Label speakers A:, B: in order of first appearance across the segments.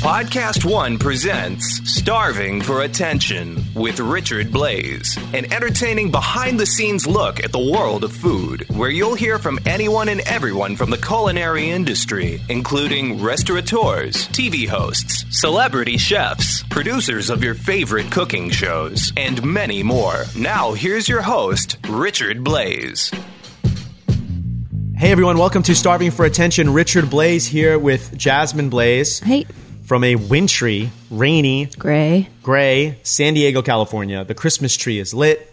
A: Podcast One presents Starving for Attention with Richard Blaze, an entertaining behind the scenes look at the world of food, where you'll hear from anyone and everyone from the culinary industry, including restaurateurs, TV hosts, celebrity chefs, producers of your favorite cooking shows, and many more. Now, here's your host, Richard Blaze.
B: Hey everyone, welcome to Starving for Attention. Richard Blaze here with Jasmine Blaze
C: Hey,
B: from a wintry, rainy,
C: Gray.
B: gray San Diego, California. The Christmas tree is lit.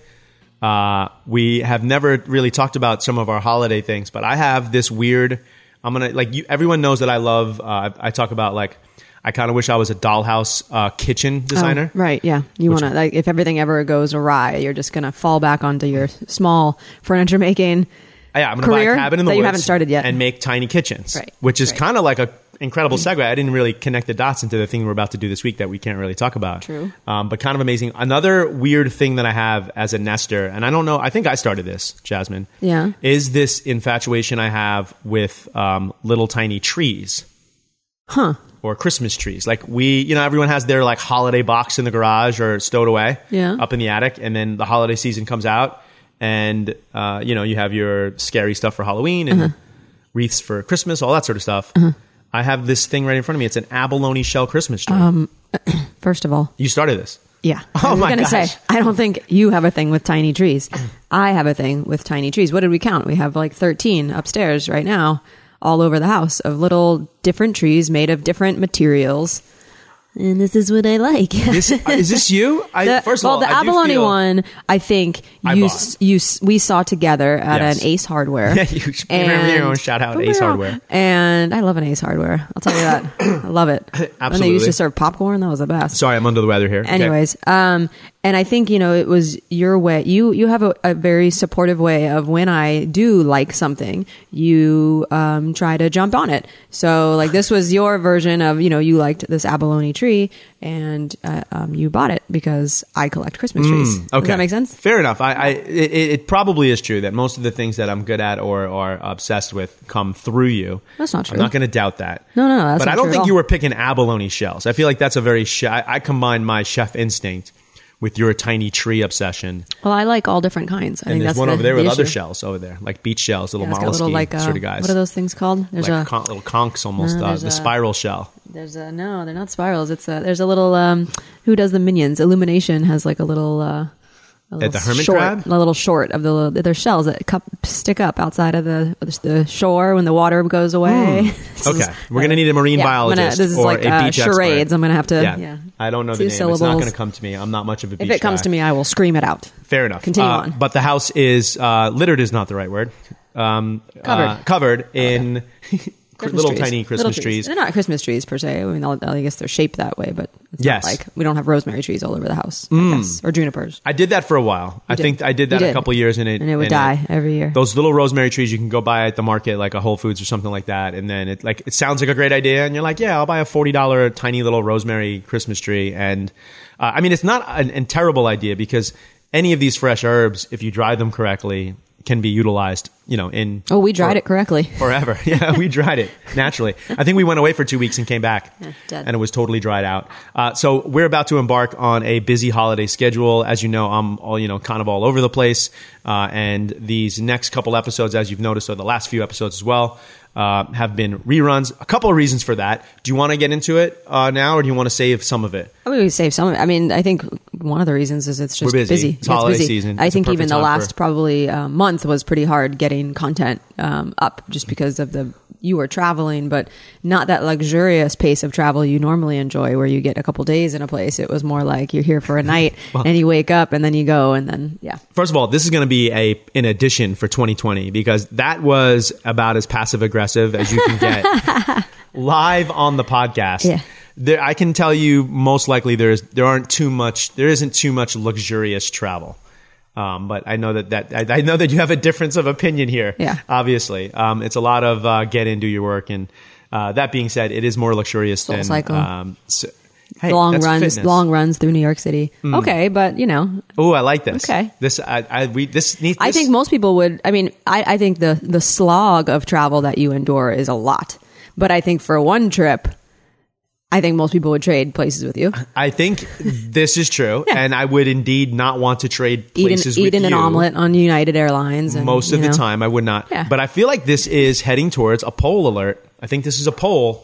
B: Uh, we have never really talked about some of our holiday things, but I have this weird. I'm gonna like you, everyone knows that I love. Uh, I, I talk about like I kind of wish I was a dollhouse uh, kitchen designer.
C: Oh, right, yeah. You want to like if everything ever goes awry, you're just going to fall back onto your small furniture making.
B: Yeah, I'm going to buy a
C: career
B: cabin in the
C: that
B: woods
C: you haven't started yet.
B: and make tiny kitchens,
C: Right,
B: which is
C: right.
B: kind of like a incredible segue. I didn't really connect the dots into the thing we're about to do this week that we can't really talk about.
C: True.
B: um, but kind of amazing. Another weird thing that I have as a nester, and I don't know. I think I started this, Jasmine.
C: Yeah.
B: is this infatuation I have with um, little tiny trees?
C: Huh.
B: or Christmas trees. Like we, you know, everyone has their like holiday box in the garage or stowed away,
C: Yeah.
B: up in the attic, and then the holiday season comes out, and uh, you know, you have your scary stuff for Halloween
C: Uh-huh.
B: and wreaths for Christmas, all that sort of stuff. I have this thing right in front of me. It's an abalone shell Christmas tree.
C: Um, First of all,
B: you started this.
C: yeah.
B: Oh
C: I was
B: my
C: gonna
B: gosh.
C: say I don't think you have a thing with tiny trees. I have a thing with tiny trees. What did we count? We have like 13 upstairs right now all over the house of little different trees made of different materials. And this is what I like.
B: This uh, is this you? I,
C: The-
B: first of
C: well,
B: all,
C: the
B: I do
C: abalone
B: feel-
C: one, I think
B: I
C: you
B: bought.
C: s- you s- we saw together at
B: Yes.
C: an Ace Hardware.
B: You should remember your own shout out, Ace Hardware.
C: And I love an Ace Hardware. I'll tell you that. I love it. When they used
B: Absolutely.
C: to serve popcorn, that was the best.
B: Sorry, I'm under the weather here. Okay.
C: Anyways, um, and I think you know it was your way. You you have a, a very supportive way of when I do like something, you um, try to jump on it. So like this was your version of you know you liked this abalone tree and uh, um, you bought it because I collect Christmas trees.
B: Mm, Hmm, Okay,
C: Does that make sense?
B: Fair enough. I, I it, it it probably is true that most of the things that I'm good at or or obsessed with come through you.
C: That's not
B: I'm
C: true.
B: not going to doubt that.
C: No, no, that's
B: but
C: not
B: I don't
C: true at
B: think
C: all.
B: you were picking abalone shells. I feel like that's a very sh- I, I combine my chef instinct with your tiny tree obsession,
C: Well, I like all different kinds. I
B: and
C: think
B: there's
C: that's
B: one
C: the,
B: over there
C: the
B: with other
C: issue.
B: shells over there, like beach shells, little
C: Yeah, it's got
B: mollusky
C: little like uh,
B: sort of guys.
C: what are those things called? There's
B: like
C: a
B: con- little conchs, almost
C: No,
B: uh,
C: there's
B: the
C: a-
B: spiral shell.
C: There's a no, they're not spirals. It's a there's a little um who does the minions? Illumination has like a little uh a little
B: the hermit
C: short,
B: crab?
C: a little short of the little, their shells that cup, stick up outside of the the shore when the water goes away. This is-
B: Mm. Hmm.
C: uh,
B: Okay, we're gonna need a marine
C: Yeah, I'm gonna-
B: biologist
C: this is
B: or
C: like
B: a
C: uh,
B: beach expert.
C: charades. I'm gonna have to. Yeah,
B: I don't know
C: Two
B: the name. It's not
C: syllables.
B: going to come to me. I'm not much of a beach
C: If it comes
B: guy.
C: to me, I will scream it out.
B: Fair enough.
C: Continue
B: Uh,
C: on.
B: But the house is uh, littered is not the right word. Um,
C: Covered. Oh,
B: uh, covered in
C: Christmas
B: little
C: trees.
B: tiny Christmas
C: Little
B: trees.
C: They're not Christmas trees per se. I mean, I'll- I guess they're shaped that way, but it's
B: Yes. Hmm.
C: not like we don't have rosemary trees all over the house, I guess, or junipers.
B: I did that for a while. I
C: did.
B: think I did
C: You
B: that a
C: did.
B: couple years, and it
C: And it would die every year.
B: Those little rosemary trees you can go buy at the market, like a Whole Foods or something like that, and then it like it sounds like a great idea, and you're like, yeah, I'll buy a forty dollar tiny little rosemary Christmas tree, and uh, I mean it's not an, an terrible idea because any of these fresh herbs, if you dry them correctly, can be utilized, you know, in
C: Oh, we dried
B: for-
C: it correctly.
B: forever. Yeah, we dried it naturally. I think we went away for two weeks and came back,
C: dead.
B: and it was totally dried out. Uh, so we're about to embark on a busy holiday schedule. As you know, I'm all you know, kind of all over the place, uh, and these next couple episodes, as you've noticed, or the last few episodes as well. Uh, have been reruns. A couple of reasons for that. Do you want to get into it uh, now, or do you want to save some of it?
C: I mean, we save some. of it. I mean, I think one of the reasons is it's just
B: We're busy.
C: busy.
B: It's
C: Yeah,
B: holiday season.
C: I
B: It's a
C: think
B: perfect
C: even the
B: time
C: last
B: for-
C: probably uh, month was pretty hard getting content um, up, just because of the you were traveling, but not that luxurious pace of travel you normally enjoy, where you get a couple days in a place. It was more like you're here for a night, and you wake up, and then you go, and then yeah,
B: First of all, this is going to be a an addition for 2020 because that was about as passive aggressive as you can get live on the podcast.
C: Yeah.
B: There, I can tell you most likely there's there aren't too much there isn't too much luxurious travel. Um, but I know that that I, I know that you have a difference of opinion here.
C: Yeah.
B: obviously, um, it's a lot of uh, get in, do your work, and uh, that being said, it is more luxurious than
C: Soul Cycle.
B: Um, s- Hey,
C: long
B: that's
C: runs,
B: fitness. Hmm.
C: long runs through New York City. Okay, but you know,
B: Oh, I like this.
C: Okay.
B: This I, I we this needs.
C: I
B: this-
C: think most people would. I mean, I, I think the the slog of travel that you endure is a lot, but I think for one trip, I think most people would trade places with you.
B: I think this is true, and I would indeed not want to trade
C: Eat an,
B: places
C: eat
B: with
C: in an
B: you
C: omelet on United Airlines. And,
B: Most
C: you
B: of the
C: know.
B: time, I would not.
C: Yeah.
B: But I feel like this is heading towards a poll alert. I think this is a poll.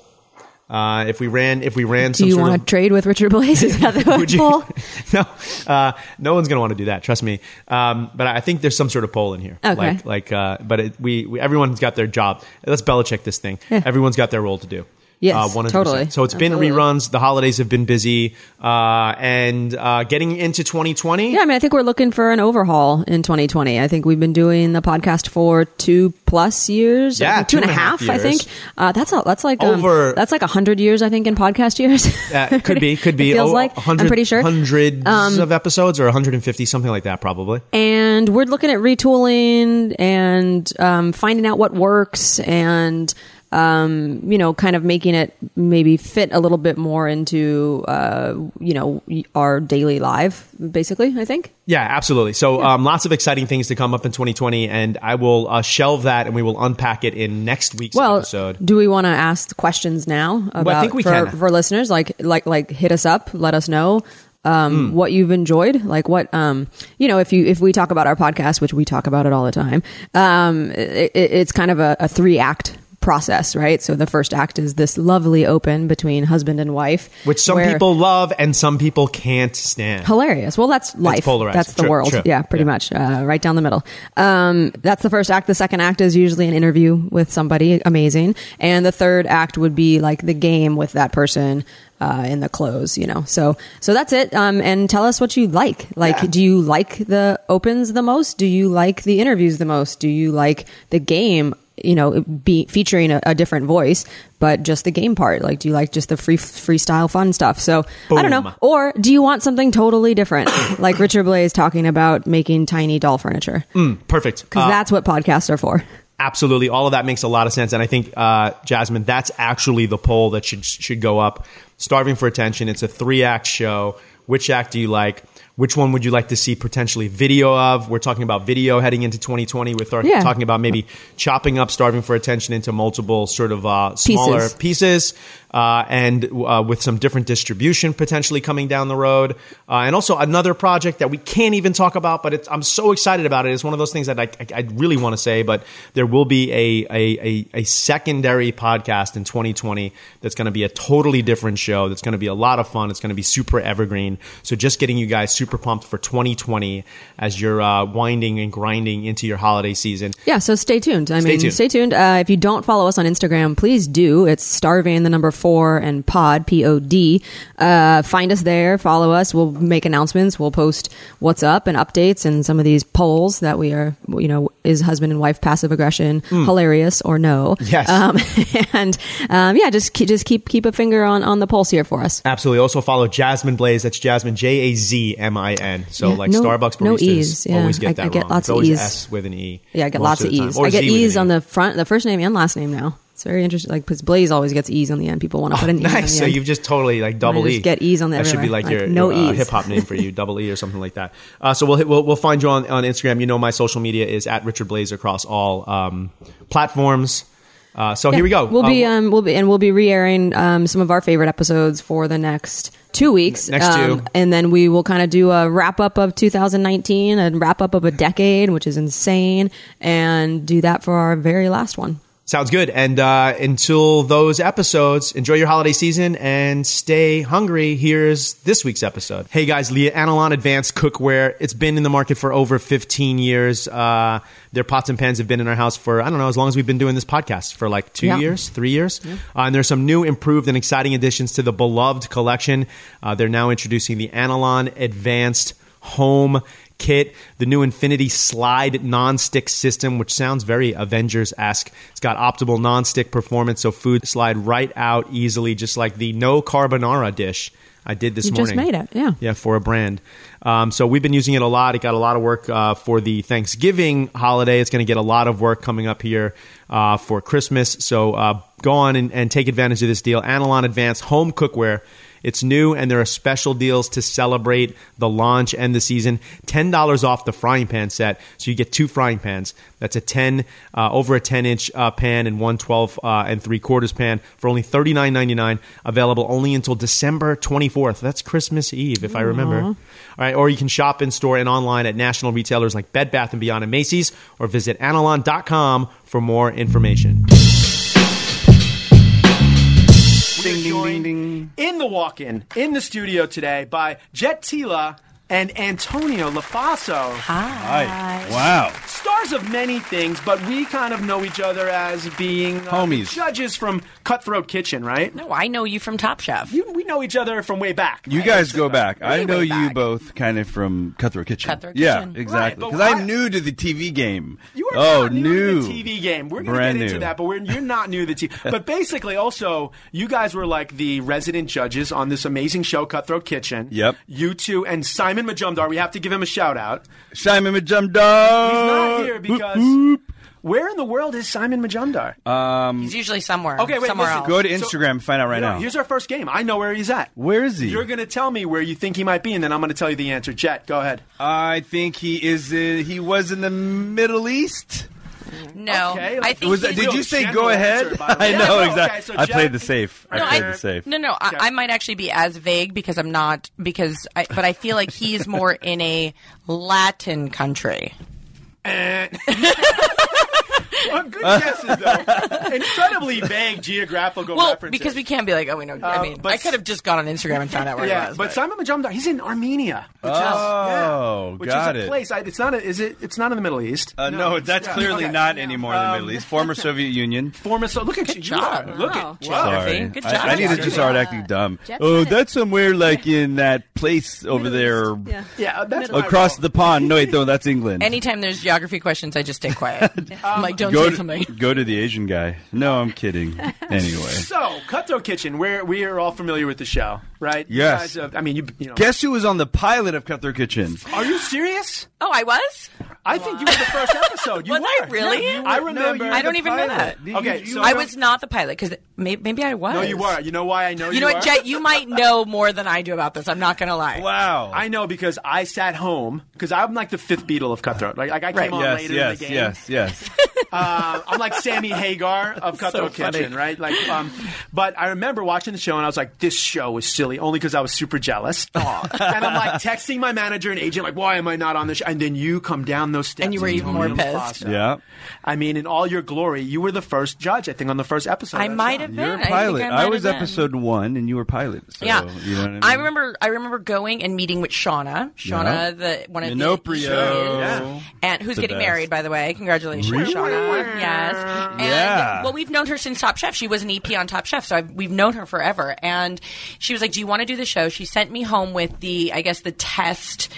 B: Uh, if we ran, if we ran,
C: Do
B: some
C: you
B: sort
C: want
B: of-
C: to trade with Richard Blaze? Is that the
B: Would you-
C: poll?
B: no, uh, no one's going to want to do that. Trust me. Um, but I think there's some sort of poll in here.
C: Okay.
B: Like, like, uh, but it, we, we everyone's got their job. Let's Belichick this thing. Everyone's got their role to do.
C: Yes,
B: Uh, 100%.
C: totally.
B: So it's been
C: Absolutely.
B: reruns. The holidays have been busy, uh, and uh, getting into 2020.
C: Yeah, I mean, I think we're looking for an overhaul in 2020. I think we've been doing the podcast for two plus years.
B: Yeah,
C: two and a half.
B: years.
C: I think uh, that's a, that's like um,
B: Over-
C: that's like hundred years. I think in podcast years.
B: Uh, could be, could be.
C: It feels
B: oh,
C: like
B: 100
C: I'm pretty sure. Um,
B: hundreds of episodes or 150, something like that, probably.
C: and we're looking at retooling and um, finding out what works and um, you know kind of making it maybe fit a little bit more into uh, you know our daily life basically i think
B: Yeah, absolutely. So, um, lots of exciting things to come up in 2020, and I will uh, shelve that and we will unpack it in next week's
C: well
B: episode.
C: do we want to ask the questions now about
B: think we
C: for,
B: can.
C: for listeners like like like hit us up let us know um,
B: Hmm.
C: what you've enjoyed like what um you know if you if we talk about our podcast which we talk about it all the time um it, it- it's kind of a, a three act process right so the first act is this lovely open between husband and wife
B: which some
C: where-
B: people love and some people can't stand.
C: hilarious. Well, that's life.
B: polarized.
C: That's the
B: True,
C: world.
B: true.
C: Yeah, pretty
B: Yeah.
C: much. Uh, right down the middle. Um, that's the first act. The second act is usually an interview with somebody amazing, and the third act would be like the game with that person uh, in the close. You know, so so that's it. Um, and tell us what you like. Like, do you like the opens the most? Do you like the interviews the most? Do you like the game? You know, be featuring a, a different voice, but just the game part. Like, do you like just the free freestyle fun stuff? So I don't
B: Boom.
C: know. Or do you want something totally different, like Richard Blaze talking about making tiny doll furniture? Because
B: Perfect. Uh,
C: that's what podcasts are for.
B: absolutely. All of that makes a lot of sense. And I think, uh, Jasmine, that's actually the poll that should, should go up. Starving for Attention. It's a three act show. Which act do you like? Which one would you like to see potentially video of? We're talking about video heading into 2020. We're th-
C: Yeah.
B: talking about maybe chopping up Starving for Attention into multiple sort of uh, smaller
C: Pieces.
B: pieces uh, and uh, with some different distribution potentially coming down the road. Uh, and also another project that we can't even talk about, but it's, I'm so excited about it. It's one of those things that I, I, I really want to say, but there will be a, a, a, a secondary podcast in 2020 that's going to be a totally different show. That's going to be a lot of fun. It's going to be super evergreen. So just getting you guys super pumped for 2020 as you're uh, winding and grinding into your holiday season.
C: Yeah, so stay tuned. I mean,
B: tuned.
C: stay tuned. Uh, if you don't follow us on Instagram, please do. It's starving the number four and pod p o d. Uh, find us there, follow us. We'll make announcements. We'll post what's up and updates and some of these polls that we are. You know, is husband and wife passive aggression hilarious or no?
B: Mm. Yes.
C: Um, and um, yeah, just keep, just keep keep a finger on on the pulse here for us.
B: Absolutely. Also follow Jasmine Blaze. That's Jasmine J A Z M I N. So
C: Yeah,
B: like
C: no-
B: Starbucks baristas
C: no E's, yeah.
B: always
C: I-
B: get that
C: I get
B: wrong.
C: lots
B: it's
C: of
B: always
C: E's.
B: S with an E.
C: Yeah, I get
B: most
C: lots of
B: the time.
C: E's.
B: Or
C: I get
B: Z with an
C: E's
B: E.
C: on the front, the first name and last name now. It's very interesting. Like, because Blaze always gets E's on the end. People want to put an E. on the
B: Oh, Nice. So
C: end.
B: you've just totally like double
C: just
B: E.
C: get E's on
B: That should be
C: everywhere.
B: like, your
C: Like, no
B: your, uh,
C: E's.
B: hip hop name for you, double E or something like that. Uh, so we'll, hit, we'll we'll find you on on Instagram. You know my social media is at Richard Blaze across all um, platforms. Uh, so here we go.
C: We'll
B: Uh,
C: be um we'll be and we'll be re-airing um some of our favorite episodes for the next two weeks.
B: Next
C: um,
B: two.
C: and then we will kind of do a wrap up of 2019 and wrap up of a decade, which is insane, and do that for our very last one.
B: sounds good. And uh, until those episodes, enjoy your holiday season and stay hungry. Here's this week's episode. Hey guys, Leah Analon Advanced Cookware. It's been in the market for over 15 years. Uh, their pots and pans have been in our house for I don't know as long as we've been doing this podcast for like two
C: Yeah.
B: years, three years. Uh, and there's some new, improved, and exciting additions to the beloved collection. Uh, they're now introducing the Analon Advanced Home kit, the new Infinity Slide non-stick system, which sounds very Avengers-esque. It's got optimal non-stick performance, so food slide right out easily, just like the no carbonara dish I did this
C: You just
B: morning.
C: made it, yeah.
B: Yeah, for a brand. Um, so we've been using it a lot. It got a lot of work uh, for the Thanksgiving holiday. It's going to get a lot of work coming up here uh, for Christmas. So uh, go on and, and take advantage of this deal. Analon Advanced Home Cookware
D: It's new, and there are special deals to celebrate the launch and the season. Ten dollars off the frying pan set, so you get two frying pans. That's a ten uh, over a ten inch uh, pan and one twelve uh, and three quarters pan for only thirty nine ninety nine. Available only until December twenty fourth. That's Christmas Eve, if I remember. All right, or you can shop in store and online at national retailers like Bed Bath and Beyond and Macy's, or visit Analon.com for more information.
B: Ding, ding, ding, ding. In the walk in, in the studio today by Jet Tila and Antonio LaFaso.
E: Hi. Wow.
B: Stars of many things, but we kind of know each other as being uh,
E: Homies.
B: Judges from Cutthroat Kitchen, right?
F: No, I know you from Top Chef.
B: You, we know each other from way back.
E: You guys go back. I
F: Way
E: know you
F: back.
E: both kind of from Cutthroat Kitchen.
F: Cutthroat
E: yeah,
F: Kitchen.
E: exactly.
B: Right, but
E: Because
B: why-
E: I'm new to the TV game.
B: You are
E: oh,
B: not
E: new
B: new to the TV game. We're going to
E: Brand
B: get into
E: new.
B: that, but we're, you're not new to the TV. But basically, also, you guys were like the resident judges on this amazing show, Cutthroat Kitchen.
E: Yep.
B: You two and Simon Majumdar. We have to give him a shout out.
E: Simon Majumdar.
B: He's not here because where in the world is Simon Majumdar?
F: He's usually somewhere.
B: Okay, wait,
F: somewhere
B: listen.
F: else.
E: Go to
B: So-
E: Instagram and find out Uh, right
B: You know,
E: now.
B: Here's our first game. I know where he's at.
E: Where is he?
B: You're going to tell me where you think he might be, and then I'm going to tell you the answer. Jet, go ahead.
E: I think he is. In, he was in the Middle East.
F: No,
B: Okay,
F: I
B: like-
F: think.
E: Was that-
F: he's-
E: did
B: Real
E: you say
B: general
E: go ahead?
B: answer, by the
E: I
B: way.
E: know
B: Yeah, no,
E: exactly.
B: okay, so
E: I played
B: Jack-
E: the safe. I
B: No,
E: played
B: I-
E: the safe.
F: No, no, I, I might actually be as vague because I'm not because I, but I feel like he's more in a Latin country.
B: Well, good guesses, though. Incredibly vague geographical
F: Well,
B: references. Uh,
F: because we can't be like, oh, we know. I mean,
B: but-
F: I could have just gone on Instagram and found out where
B: Yeah,
F: he was.
B: but Simon Majumdar, he's in Armenia. Which
E: Oh,
B: is, yeah, which
E: got
B: is a
E: it.
B: place. I, it's not. A, is it? It's not in the Middle East.
E: Uh, no, that's clearly
B: Okay.
E: not anymore in the Middle East. Former Soviet Union.
B: Former. So look at you.
F: job.
B: are. Look at.
F: Wow.
B: Wow.
F: Geography. Good job.
E: I, I need to
F: Geography.
E: just start acting dumb.
G: Jeff
E: oh,
G: said it.
E: that's somewhere like in that place over there
G: Yeah.
B: Yeah, that's my
E: across
B: role.
E: the pond. No, wait, no, that's England.
F: Anytime there's geography questions, I just stay quiet. I'm like, don't
E: go
F: say
E: to,
F: something.
E: go to the Asian guy. No, I'm kidding. Anyway,
B: So, Cutthroat Kitchen, where we are all familiar with the show, right? You
E: Yes.
B: guys have- I mean, you, you know.
E: guess who was on the pilot of Cutthroat Kitchen?
B: Are you serious?
F: Oh, I was.
B: I think you were the first episode. You
F: Was
B: were.
F: I really?
B: Yeah, you were- I
E: No, you
B: remember.
E: were
F: I don't
E: the
F: even know
E: pilot.
F: that.
E: You-
B: Okay,
E: you
B: so-
E: were-
F: I was not the pilot because may, maybe I was.
B: No, you were. You know why I know you
F: You know
B: are?
F: what, Jet? You might know more than I do about this. I'm not gonna lie.
E: Wow.
B: I know because I sat home because I'm like the fifth Beatle of Cutthroat. Like, like I came
F: Right.
B: on
E: yes,
B: later in
E: yes,
B: the game.
E: yes, yes.
B: Uh, I'm like Sammy Hagar of Cutthroat Kitchen, right? Like, um, but I remember watching the show and I was like, this show is silly, only because I was super jealous. and I'm like texting my manager and agent, like, why am I not on this? Show? And then you come down those steps,
F: And you were even
B: Antonio
F: more pissed.
B: LaFosse.
E: yeah.
B: I mean, in all your glory, you were the first judge, I think, on the first episode.
F: I
B: of that
F: might
B: show.
F: have been.
E: You're a
F: I think
E: pilot.
F: I,
E: I,
F: might have
E: was
F: been.
E: episode one, and you were pilot. So,
F: Yeah,
E: you know what I mean?
F: remember. I remember going and meeting with Shauna. Shauna,
E: Yeah.
F: the one of the
E: Minoprio.
F: Yeah. and who's
E: The
F: getting
E: best.
F: married, by the way. Congratulations,
E: Really?
F: Shauna. Yes. And,
E: Yeah.
F: Well, we've known her since Top Chef. She was an EP on Top Chef, so I've, we've known her forever. And she was like, "Do you want to do the show?" She sent me home with the, I guess, the test.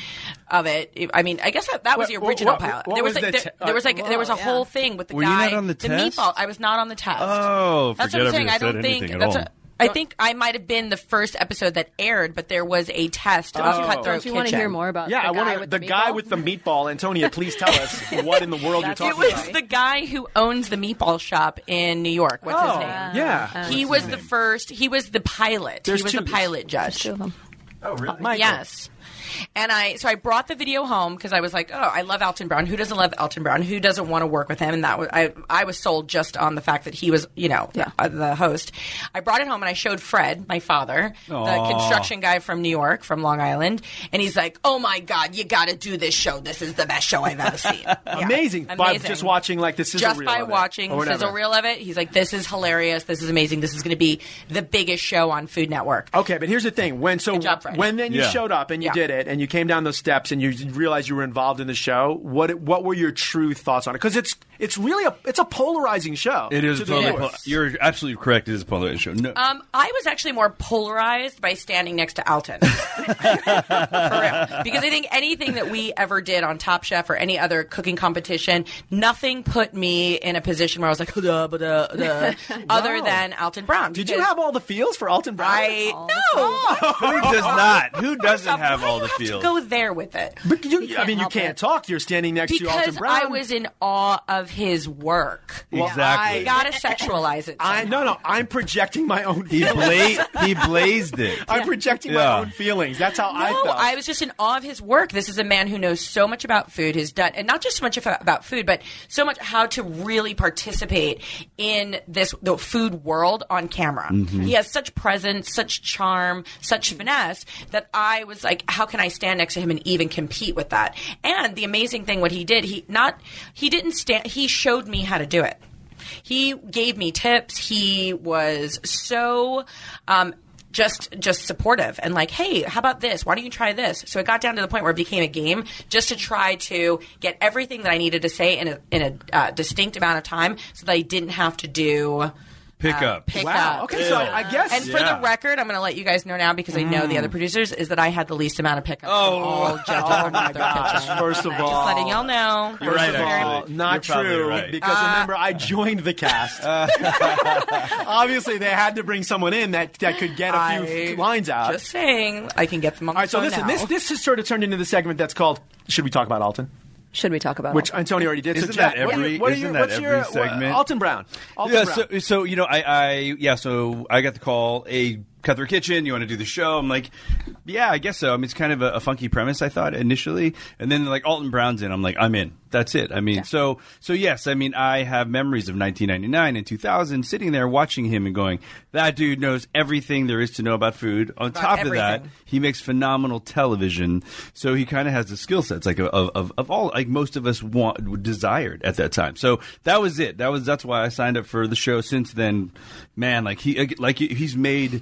F: Of it, I mean, I guess that, that was
B: What-
F: the original
B: what-
F: pilot.
B: what
F: there
B: was
F: was, like,
B: the
F: there,
B: te-
F: there was like there was a
G: yeah.
F: whole thing with the
E: oh, Were you
F: guy.
E: not on the test?
F: meatball. I was not on the test.
E: Oh,
F: that's
E: forget
F: what
E: I
F: I'm saying.
E: even
F: I don't
E: said
F: think
E: anything at
F: that's
E: all.
F: a, I think I might have been the first episode that aired, but there was a test
B: Oh.
F: of Cutthroat
G: Don't you want to
F: Kitchen.
G: hear more about
B: Yeah,
G: the guy
B: I want
G: with
B: the,
G: the
B: guy
G: meatball?
B: with the meatball. Antonia, please tell us what in the world you're
G: That's-
B: talking
F: It was
B: about.
F: the guy who owns the meatball shop in New York. What's his
B: Oh,
F: name?
B: yeah.
F: He was the first. He was the pilot.
B: There's
F: he was
B: two-
F: the pilot judge.
G: Two of them.
B: oh, really?
F: Uh, Yes. And I, so I brought the video home because I was like, oh, I love Elton Brown. Who doesn't love Elton Brown? Who doesn't want to work with him? And that was, I, I was sold just on the fact that he was, you know,
G: Yeah.
F: uh, the host. I brought it home and I showed Fred, my father,
E: Aw.
F: the construction guy from New York, from Long Island. And he's like, oh my God, you got to do this show. This is the best show I've ever seen. Yeah.
B: Amazing. By
F: Amazing.
B: just watching like this is
F: Just
B: reel
F: by
B: of it,
F: watching
B: or whatever.
F: sizzle reel of it, he's like, "This is hilarious. This is amazing. This is going to be the biggest show on Food Network."
B: Okay, but here's the thing: when so
F: Good job, Fred.
B: when then you
E: Yeah.
B: showed up and you
F: Yeah.
B: did it and you came down those steps and you realized you were involved in the show, what what were your true thoughts on it? Because it's it's really a it's a polarizing show.
E: It is
B: to
E: a
B: the
E: polar.
B: viewers.
E: po- You're absolutely correct. It is a polarized show. No,
F: Um, I was actually more polarized by standing next to Alton. For real. Because I think anything that we ever did on Top Chef or any other cooking competition, nothing put me in a position where I was like, "Duh, bah, duh, duh," other than Alton Brown.
B: Did you
F: because
B: have all the feels for Alton Brown?
F: I no.
E: who does not? Who doesn't
F: Stop.
E: have all the
F: have
E: field.
F: to go there with it.
B: But you,
F: We
B: I mean, you
F: help
B: can't
F: it.
B: talk. You're standing next to Alton
F: Because
B: Brown.
F: I was in awe of his work.
B: Well,
E: Exactly.
B: I-
F: You gotta sexualize it.
B: I no no. I'm projecting my own.
E: He,
B: feelings.
E: bla- he blazed it.
B: I'm projecting
E: Yeah.
B: my own feelings. That's how I
F: No,
B: felt.
F: I was just in awe of his work. This is a man who knows so much about food, has done, and not just so much af- about food, but so much how to really participate in this the food world on camera. He has such presence, such charm, such finesse that I was like, how can I stand next to him and even compete with that? And the amazing thing, what he did, he not he didn't stand. He showed me how to do it. He gave me tips. He was so um, just just supportive and like, hey, how about this? Why don't you try this? So it got down to the point where it became a game just to try to get everything that I needed to say in a, in a uh, distinct amount of time, so that I didn't have to do.
E: Pick up.
F: Uh, Pick
B: wow.
F: up.
B: Okay, so I, I guess.
F: And for the record, I'm going to let you guys know now because I know the other producers is that I had the least amount of pickups.
E: Oh.
F: from all judges
B: Mm. Oh
F: from
B: my
F: Their
B: gosh!
F: Kitchen.
B: First of all,
F: Just letting y'all know.
E: You're
B: First
E: right,
B: of all,
E: actually.
B: not
E: You're probably
B: true.
E: right.
B: Because remember, I joined the cast.
E: Uh,
B: Obviously, they had to bring someone in that, that could get a few
F: I-
B: lines out.
F: Just saying, I can get them on
B: all
F: the
B: right, so
F: phone
B: listen,
F: now.
B: this this has sort of turned into the segment that's called "Should We Talk About Alton?"
C: Should we talk about
B: Which
C: Alton?
B: Antonio already did. so
E: Isn't that
B: Jack, what are
E: every-
B: you, what are
E: isn't
B: you-
E: that
B: what's
E: every
B: your,
E: segment?
B: Uh, Alton Brown. Alton
E: yeah,
B: Brown.
E: so, so you know, I, I yeah, so I got the call. Hey, cut through kitchen. You want to do the show? I'm like, yeah, I guess so. I mean, it's kind of a, a funky premise, I thought initially, and then like Alton Brown's in. I'm like, I'm in. That's it. I mean, so so yes, I mean, I have memories of 1999 and 2000, sitting there watching him and going, that dude knows everything there is to know about food. On top of that,
F: everything.
E: he makes phenomenal television, so he kind of has the skill sets like of, of, of all like most of us want desired at that time. So that was it. That was that's why I signed up for the show. Since then, man, like he like he's made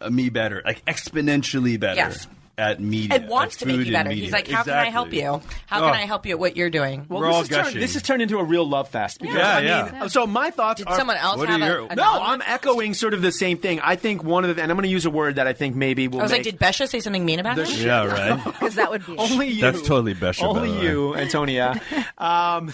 E: uh, me better, like exponentially better
F: Yes.
E: at media.
F: and wants
E: at
F: to make
E: food
F: you
E: and
F: better.
E: media.
F: He's like, how can I help
E: Exactly.
F: you? How
E: Oh.
F: can I help you at what you're doing?
B: well,
E: we're
B: this
E: all
B: has turned-
E: gushing.
B: this has turned into a real love fest. Because,
E: Yeah,
B: I
E: yeah.
B: mean, So my thoughts
F: Did
B: uh, are.
F: someone else
E: what are
F: have a-
E: your- No,
F: a
B: No, I'm
F: comment?
B: echoing sort of the same thing. I think one of the, and I'm going to use a word that I think maybe will
F: I was
B: make
F: like, did Besha say something mean about
E: The
F: him?
E: sh- yeah, right.
C: Because that would be
B: Only you.
E: That's totally Besher, by the
B: Only
E: way.
B: you, Antonia. um,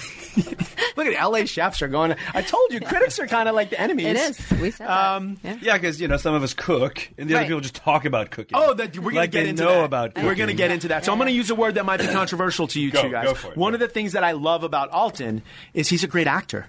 B: look at LA chefs are going. I told you, critics are kind of like the enemies.
C: It is. We said that.
B: Um,
C: yeah.
E: Yeah, because you know some of us cook, and the
C: Right.
E: other people just talk about cooking.
B: Oh, that we're gonna
E: Like
B: get
E: they
B: into
E: know
B: that.
E: about.
B: We're gonna
E: cooking.
B: get into that. So I'm gonna use a word that might be controversial to you
E: Go,
B: two guys.
E: go for it.
B: One of the things that I love about Alton is he's a great actor.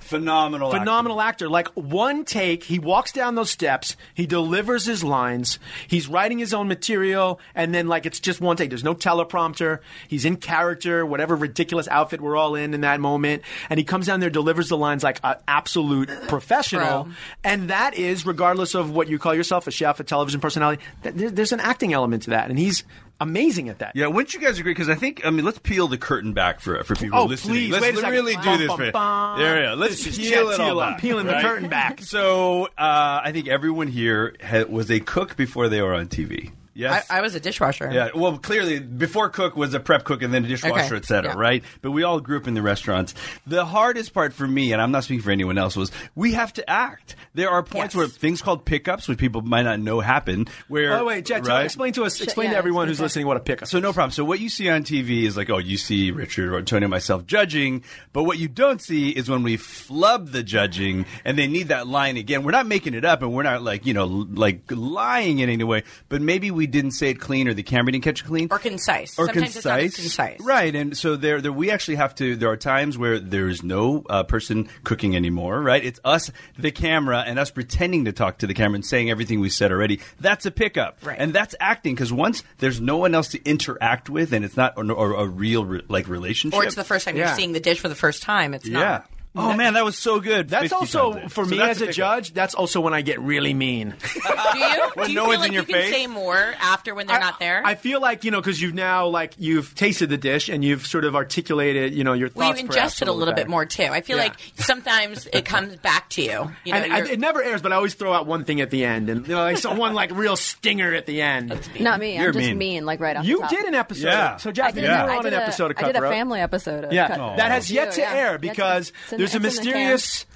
E: phenomenal, actor.
B: phenomenal actor. Like one take, he walks down those steps, he delivers his lines, he's writing his own material, and then like it's just one take. There's no teleprompter. He's in character, whatever ridiculous outfit we're all in in that moment, and he comes down there, delivers the lines like an absolute professional.
F: Pro.
B: And that is, regardless of what you call yourself, a chef, a television personality, th- there- there's an acting element to that, and he's amazing at that.
E: Yeah, wouldn't you guys agree? Because I think I mean, let's peel the curtain back for for people
B: Oh,
E: listening.
B: please,
E: let's
B: wait a second.
E: really do
B: Bum,
E: this.
B: bum,
E: for-
B: bum.
E: There we go. Let's
B: This is
E: peel
B: Chet
E: it all
B: Teal. I'm
E: back,
B: peeling the
E: right?
B: curtain back.
E: So uh, I think everyone here ha- was a cook before they were on TV.
F: I,
E: Yes,
F: I was a dishwasher.
E: Yeah, well, clearly before cook was a prep cook and then a dishwasher,
F: Okay,
E: et cetera,
F: yeah.
E: right? But we all grew up in the restaurants. The hardest part for me, and I'm not speaking for anyone else, was we have to act. There are points
F: Yes.
E: where things called pickups, which people might not know happen. Where
B: Oh wait, Jet,
E: right?
B: explain to us, explain
C: yeah,
B: to everyone who's
C: exactly.
B: listening what a pickup.
E: So no problem. So what you see on TV is like, oh, you see Richard or Antonio, and myself judging, but what you don't see is when we flub the judging, and they need that line again. We're not making it up, and we're not like you know l- like lying in any way, but maybe we didn't say it clean, or the camera didn't catch it clean,
F: Or concise.
E: or
F: Sometimes it's not
E: concise,
F: as concise.
E: right? And so there, there we actually have to. There are times where there is no uh, person cooking anymore, right? It's us, the camera, and us pretending to talk to the camera and saying everything we said already. That's a pickup,
F: Right.
E: And that's acting because once there's no one else to interact with, and it's not a, or a real re- like relationship,
F: Or it's the first time
B: Yeah.
F: you're seeing the dish for the first time. It's
E: yeah.
F: not.
E: Oh man, that was so good.
B: That's
E: 50
B: also
E: times
B: for
E: it. So
B: me
E: that's
B: as a,
E: pickup.
B: judge. That's also when I get really mean.
F: Do you?
E: When
F: Do you
E: no
F: feel
E: one's
F: like
E: in your
F: you can
E: face?
F: say more after when they're not there?
B: I, I feel like you know because you've now like you've tasted the dish and you've sort of articulated you know your
F: well,
B: thoughts.
F: you
B: perhaps
F: ingested a little bit
B: better.
F: more too. I feel
B: Yeah.
F: like sometimes it comes back to you. You know,
B: And I,
F: you're-
B: it never airs, but I always throw out one thing at the end, and you know, like so one like real stinger at the end.
C: Not me.
E: You're
C: I'm just
E: mean.
C: mean. like right off.
B: You
C: the top.
B: did an episode,
E: Yeah.
B: so
C: I
B: Jack,
C: did,
B: you
C: yeah.
B: were
C: I
B: on
C: did
B: an
C: a-
B: episode of
C: I did
B: Cutthroat.
C: a family episode. Of
B: yeah,
C: Cutthroat.
B: that has yet to
C: Yeah.
B: air
C: It's-
B: because
C: it's in-
B: there's a
C: it's in the can.
B: mysterious.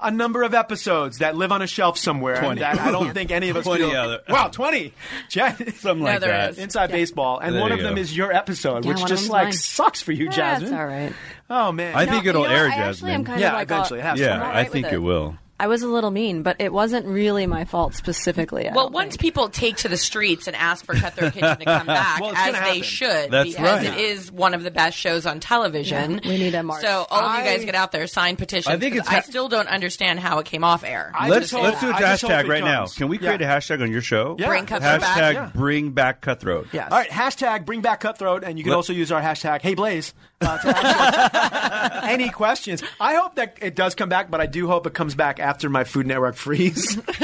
B: A number of episodes that live on a shelf somewhere
E: 20.
B: that I don't think any of us
E: 20
B: feel-
E: other-
B: Wow, twenty! Jet,
E: something like
F: there
E: that.
F: is.
B: Inside Baseball, and
E: There
B: one
E: you
B: of them
E: go.
B: is your episode,
C: Yeah,
B: which
C: one of
B: just
C: them's
B: like
C: mine.
B: sucks for you,
C: Yeah,
B: Jasmine.
C: That's all right.
B: Oh man,
E: I think
C: No,
E: it'll
C: you know
E: air,
C: what? I
E: Jasmine.
C: actually am kind
B: Yeah,
C: of like
B: eventually it
C: all,
B: has to.
C: I'm
E: yeah,
C: all
E: I
C: right with
E: think
C: it.
E: it will.
G: I was a little mean, but it wasn't really my fault specifically. I
F: Well,
G: don't
F: once
G: think.
F: people take to the streets and ask for Cut Their Kitchen to come back,
B: Well, it's
F: as
B: gonna
F: they
B: happen.
F: should,
E: That's
F: because
E: right.
F: it is one of the best shows on television.
G: Yeah, we need a march.
F: So all of you guys
B: I-
F: get out there, sign petitions.
E: I think
F: 'cause
E: it's ha-
F: I still don't understand how it came off air.
B: I
E: let's
B: just hope-
E: let's do a
B: I just hope
E: hashtag
B: it
E: right now.
B: comes.
E: Can we create
B: Yeah.
E: a hashtag on your show?
B: Yeah.
F: Bring Cutthroat
E: hashtag
F: back.
B: Yeah.
E: bring back cutthroat.
B: Yes. All right, hashtag bring back cutthroat, and you can
E: Let-
B: also use our hashtag hey Blaze. Uh, to ask us any questions? I hope that it does come back, but I do hope it comes back after my Food Network freeze, which,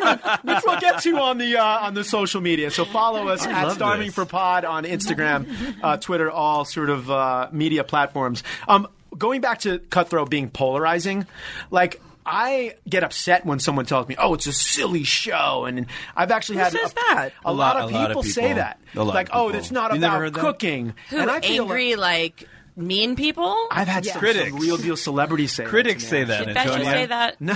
B: we'll, which we'll get to on the uh, on the social media. So follow us at
E: love
B: Starving
E: this.
B: for Pod on Instagram, uh, Twitter, all sort of uh, media platforms. Um, going back to Cutthroat being polarizing, like. I get upset when someone tells me, "Oh, it's a silly show," and I've actually had
F: says
B: a,
F: that?
B: a, lot, of people say that.
E: A lot of
B: Like, oh,
E: people.
B: it's not
E: You never
B: about
E: heard that?
B: cooking.
F: Who
B: and I feel
F: angry
B: Like,
F: like mean people?
B: I've had some,
E: Critics.
B: some real deal celebrities say
E: Critics
B: that to me.
E: say that.
F: Did Betcha
E: Antonio.
F: say that? No.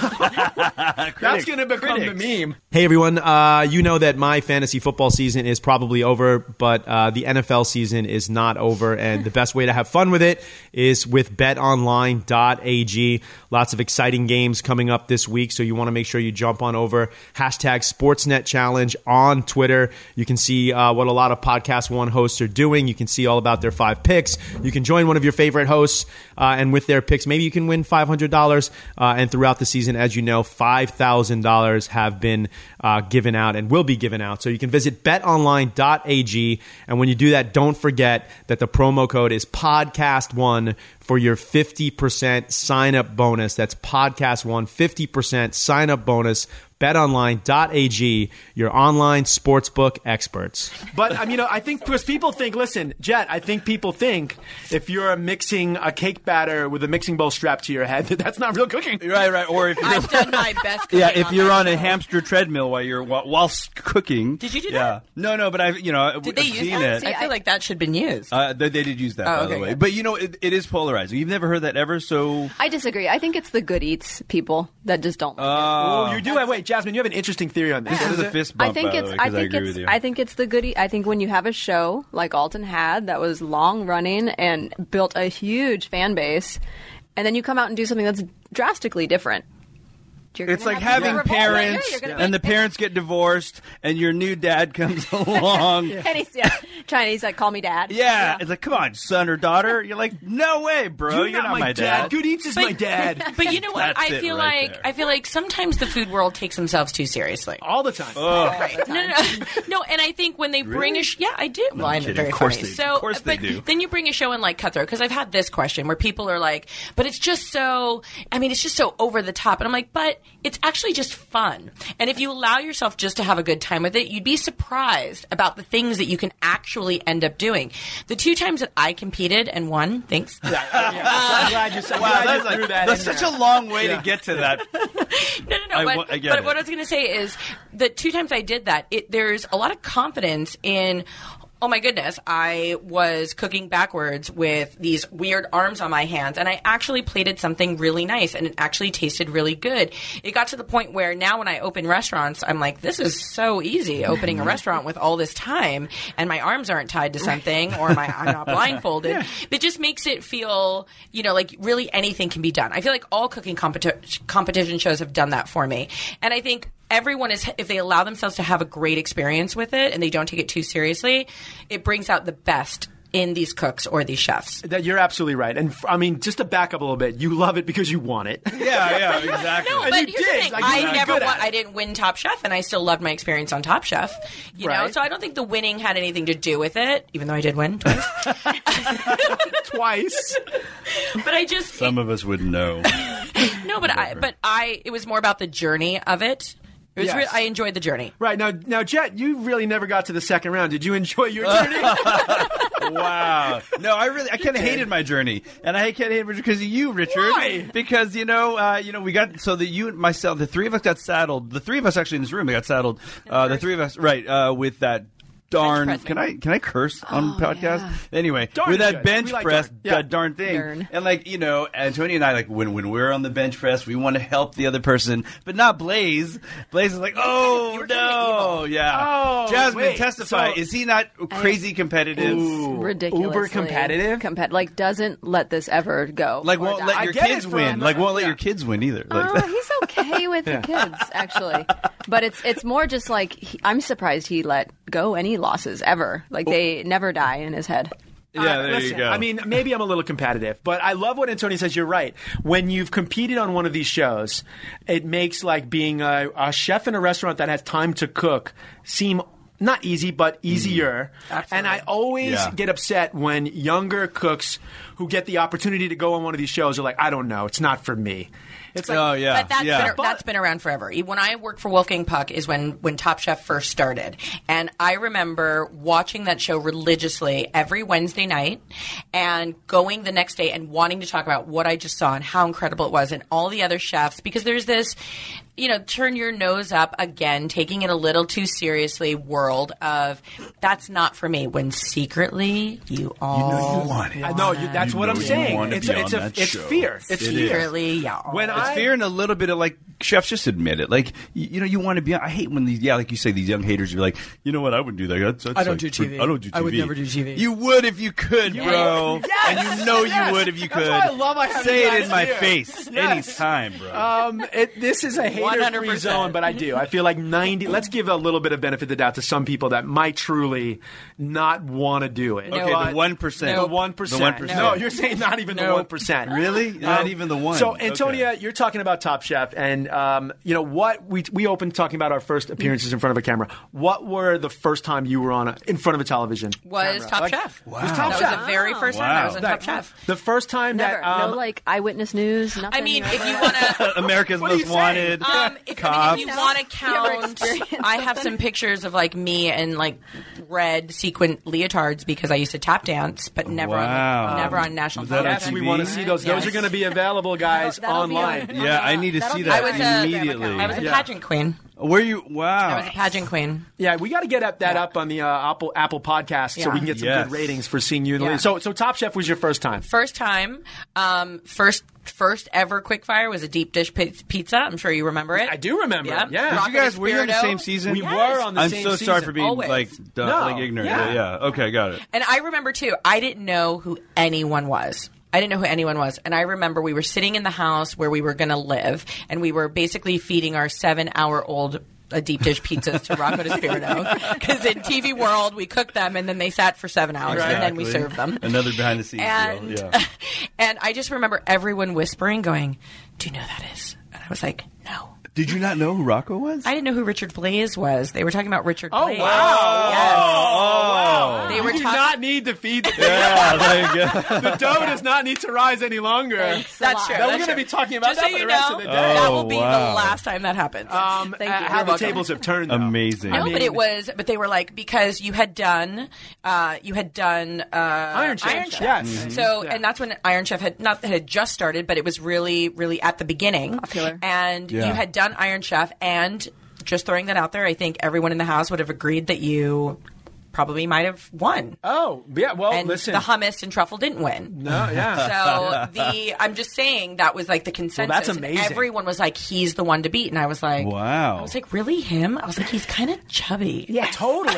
B: That's going to become
E: Critics.
B: the meme.
D: Hey everyone, uh, you know that my fantasy football season is probably over, but uh, the NFL season is not over, and the best way to have fun with it is with betonline.ag. Lots of exciting games coming up this week, so you want to make sure you jump on over. Hashtag Sportsnet Challenge on Twitter. You can see uh, what a lot of Podcast One hosts are doing. You can see all about their five picks. You can join one of your favorite hosts, uh, and with their picks, maybe you can win $500. Uh, and throughout the season, as you know, $5,000 have been uh, given out and will be given out. So you can visit betonline.ag. And when you do that, don't forget that the promo code is podcast1 for your 50% sign up bonus. That's podcast1, 50% sign up bonus. BetOnline.ag, your online sportsbook experts.
B: But I mean, I think because people think, listen, Jet, I think people think if you're mixing a cake batter with a mixing bowl strapped to your head, that that's not real cooking.
E: Right, right. Or if you're
F: I've done my best.
E: yeah,
F: cooking
E: if you're
F: that
E: on a
F: show.
E: hamster treadmill while you're whi- whilst cooking.
F: Did you do
E: yeah.
F: that?
E: No, no. But I've you know
F: Did they
E: I've
F: use
E: seen
F: that?
E: it.
F: I feel like that should have been used.
E: Uh, they, they did use that,
F: Oh,
E: by
F: okay,
E: the way.
F: good.
E: But you know, it, it is polarizing. You've never heard that ever, so
G: I disagree. I think it's the good eats people that just don't. Like it.
B: Oh, you do. Wait, Jasmine, you have an interesting theory on this.
E: uh, this is
B: What
E: a fist bump.
G: I think
E: by
G: it's.
E: the way,
G: I
E: 'cause
G: think
E: I
G: it's.
E: agree with you.
G: I think it's the goodie. I think when you have a show like Alton had that was long running and built a huge fan base, and then you come out and do something that's drastically different. you're
E: It's
G: gonna
E: like
G: have people
E: having
G: revolt. Yeah,
E: parents,
G: you're gonna
E: and the
G: make-
E: parents get divorced, and your new dad comes along. yeah.
G: And he's yeah, Chinese like call me dad.
E: it's like, come on, son or daughter. You're like, no way, bro. You're, not, my dad.
B: Good Eats is my dad.
F: But you know what?
E: That's
F: I
E: it
F: feel
E: right
F: like
E: there.
F: I feel like sometimes the food world takes themselves too seriously.
B: All the time.
E: Oh.
F: No, no, no. no. And I think when they bring a sh- yeah, I do. Well, I'm
E: kidding.
F: very
E: Of course
F: funny.
E: they-
F: so,
E: of course they
F: but
E: do.
F: Then you bring a show in like Cutthroat because I've had this question where people are like, "But it's just so." I mean, it's just so over the top, and I'm like, "But it's actually just fun." And if you allow yourself just to have a good time with it, you'd be surprised about the things that you can actually end up doing. The two times that I competed and won, thanks.
B: I'm glad you said glad
E: Wow,
B: you
E: that's,
B: threw
E: like,
B: that
E: that's
B: in
E: such
B: there.
E: a long way to get to that.
F: No, no, no.
E: I
F: but
E: wa- I get
F: but
E: it.
F: what I was going to say is the two times I did that, it, there's a lot of confidence in. Oh my goodness, I was cooking backwards with these weird arms on my hands, and I actually plated something really nice, and it actually tasted really good. It got to the point where now when I open restaurants, I'm like, this is so easy opening a restaurant with all this time, and my arms aren't tied to something, or my, I'm not blindfolded. It just makes it feel, you know, like really anything can be done. I feel like all cooking competi- competition shows have done that for me. And I think everyone is, if they allow themselves to have a great experience with it and they don't take it too seriously, it brings out the best in these cooks or these chefs.
B: That you're absolutely right. And f- I mean, just to back up a little bit, you love it because you want it.
E: Yeah, yeah, exactly.
F: No,
B: And
F: but
B: you
F: here's the
B: did.
F: thing.
B: Like,
F: I
B: you're
F: never
B: good
F: won.
B: at it.
F: I didn't win Top Chef, and I still loved my experience on Top Chef. You know,
B: Right.
F: so I don't think the winning had anything to do with it, even though I did win twice.
B: Twice.
F: but I just
E: Some of us would know.
F: no. But I but I it was more about the journey of it. It was
B: Yes.
F: re- I enjoyed the journey.
B: Right now, now, Jet, you really never got to the second round. Did you enjoy your journey?
E: wow. No, I really, I kind of hated my journey, and I kind of hated because of you, Richard.
B: Why?
E: Because you know, uh, you know, we got so that you and myself, the three of us got saddled. The three of us actually in this room, we got saddled. Uh, the three of us, right, uh, with that. Darn!
F: press.
E: Can I can I curse on podcast? Anyway,
B: Oh, Darn
E: with
B: is
E: that
B: good.
E: bench
B: We like
E: press,
B: darn. Yeah.
E: that darn thing,
G: Darn.
E: and like you know, Antonio and I like when when we're on the bench press, we want to help the other person, but not Blaze. Blaze is like,
F: you
E: oh
F: were kinda
E: no, yeah.
B: Oh,
E: Jasmine,
B: wait.
E: testify.
B: So-
E: is he not crazy competitive?
G: ridiculous.
B: Uber competitive?
G: Compet- like doesn't let this ever go.
E: Like
G: or
E: won't
G: die.
E: let
B: I
E: your
B: get it
E: kids
B: from-
E: win. Like won't let
B: yeah.
E: your kids win either. Like,
G: Oh, he's okay with the kids actually, but it's it's more just like he, I'm surprised he let go any losses ever. Like they never die in his head.
E: yeah, there
B: Listen,
E: you go.
B: I mean, maybe I'm a little competitive, but I love what Antonio says. You're right. When you've competed on one of these shows, it makes like being a, a chef in a restaurant that has time to cook seem not easy, but easier. And I always
E: Mm-hmm. Yeah.
B: get upset when younger cooks who get the opportunity to go on one of these shows are like, I don't know, it's not for me. It's like,
E: oh yeah,
F: But that's
E: yeah.
F: been, that's been around forever. E- When I worked for Wolfgang Puck is when when Top Chef first started, and I remember watching that show religiously every Wednesday night, and going the next day and wanting to talk about what I just saw and how incredible it was, and all the other chefs because there's this. You know, turn your nose up again, taking it a little too seriously. World of that's not for me. When secretly you all
E: want it.
B: I know you, that's
E: You
B: what
E: know
B: I'm
E: you
B: saying.
E: wanna
B: It's,
E: be
B: a- it's,
E: on
B: a,
E: that
B: it's
E: show.
B: fear. It's
E: It
B: fear.
E: is.
F: secretly y'all.
B: When
E: It's
B: I,
E: fear and a little bit of like chefs just admit it. Like you, you know, you want to be. I hate when these yeah, like you say, these young haters. You're like, you know what? I wouldn't do that. That's, that's
H: I don't
E: like
H: do
E: pre-
H: TV.
E: I don't do TV.
H: I would never do TV.
E: You would if you could, bro. And you know you
B: Yes.
E: would if you
B: That's
E: could.
B: why I love I have
E: say
B: you
E: it
B: guys
E: in my
B: here.
E: face
B: Yes.
E: anytime, bro.
B: Um, it, this is a hater free
F: 100%.
B: zone, but I do. I feel like ninety. Let's give a little bit of benefit of the doubt to some people that might truly not want to do it.
E: okay,
B: But-
E: the one percent.
B: The one percent.
E: The one percent.
B: No, you're saying not even the
H: No.
B: one percent.
E: Really? Not even the one.
B: So,
E: Okay.
B: Antonia, you're talking about Top Chef, and um, you know what? We we opened talking about our first appearances in front of a camera. What were the first time you were on a, in front of a television?
F: was Top Chef.
B: Wow. It was Top
F: that
B: Chef.
F: was the very first time I was on
E: Wow.
F: Top Chef.
B: The first time
G: Never,
B: that um,
G: no like eyewitness news. Nothing.
F: I mean,
G: right?
F: if you want to.
E: America's
B: are
E: Most
B: you saying?
E: Wanted.
F: Um, if, I
E: Cops.
F: mean, if you want to count,
G: experienced
F: I have some pictures of like me in like red sequin leotards because I used to tap dance, but never
E: Wow.
F: on never on national
E: Was that on
B: yes,
F: television.
B: we
E: TV?
B: want to see those. Those
F: Yes.
B: are going to be available, guys,
G: That'll be
B: online.
G: on-
E: yeah, I need to
G: That'll
E: see
G: be
E: that
F: I was a-
E: immediately.
F: I was a
B: Yeah.
F: pageant queen.
E: Were you? Wow.
F: Um, I was a pageant queen.
B: Yeah, we got to get up that up on the uh, Apple Apple podcast so
F: Yeah.
B: we can get some
E: Yes.
B: good ratings for seeing you. In the
F: Yeah.
B: lead. So so Top Chef was your first time.
F: First time, um, first first ever quickfire was a deep dish pi- pizza. I'm sure you remember it.
B: I do remember.
F: Yeah.
B: it, Yeah.
E: Did you guys were you on the
F: Rocket Spirito?
E: same season?
B: We Yes. were on the
E: I'm
B: same
E: so sorry
B: season,
E: for being
F: always.
E: like, dumb,
B: No,
E: like ignorant.
B: yeah.
E: Yeah. yeah. Okay, got it.
F: And I remember too, I didn't know who anyone was. I didn't know who anyone was. And I remember we were sitting in the house where we were going to live, and we were basically feeding our seven hour old. A deep dish pizzas to Rocco Despirito because in TV world we cooked them and then they sat for seven hours and then we
E: Exactly.
F: served them.
E: Another behind the scenes
F: And
E: deal. Yeah.
F: and I just remember everyone whispering, going, "Do you know who that is?" And I was like, "No."
E: Did you not know who Rocco was?
F: I didn't know who Richard Blaze was. They were talking about Richard
B: Oh
F: Blaze.
B: wow!
F: Yes. They were
B: you do
F: talking-
B: not need to feed the
E: yeah, there you go.
B: the dough does not need to rise any longer.
F: That's true.
B: Now, we're
F: that's
B: gonna
F: true.
B: be talking about
F: Just
B: that
F: so
B: for
F: you
B: the rest
F: know,
B: of the day.
F: That will
E: Oh,
F: be the
E: wow.
F: last time that happens.
B: Um,
G: Thank
B: uh,
G: you.
B: How
G: You're
B: the
F: welcome.
B: tables have turned. though.
E: Amazing.
F: no, but
B: mean-
F: it was. But they were like because you had done, uh, you had done uh, Iron
B: Chef.
F: Iron Chef.
B: Yes.
E: Mm-hmm.
B: Mm-hmm.
F: So
B: Yeah.
F: and that's when Iron Chef had not had just started, but it was really, really at the beginning.
G: Popular.
F: And
E: Yeah.
F: you had done Iron Chef, and just throwing that out there, I think everyone in the house would have agreed that you probably might have won.
B: Oh yeah. Well,
F: and
B: listen.
F: the hummus and truffle didn't win.
B: no, yeah.
F: So the I'm just saying that was like the consensus.
B: that's
F: and
B: amazing.
F: Everyone was like, he's the one to beat, and I was like,
E: Wow.
F: I was like, really him? I was like, he's kind of chubby. Yeah,
B: Totally.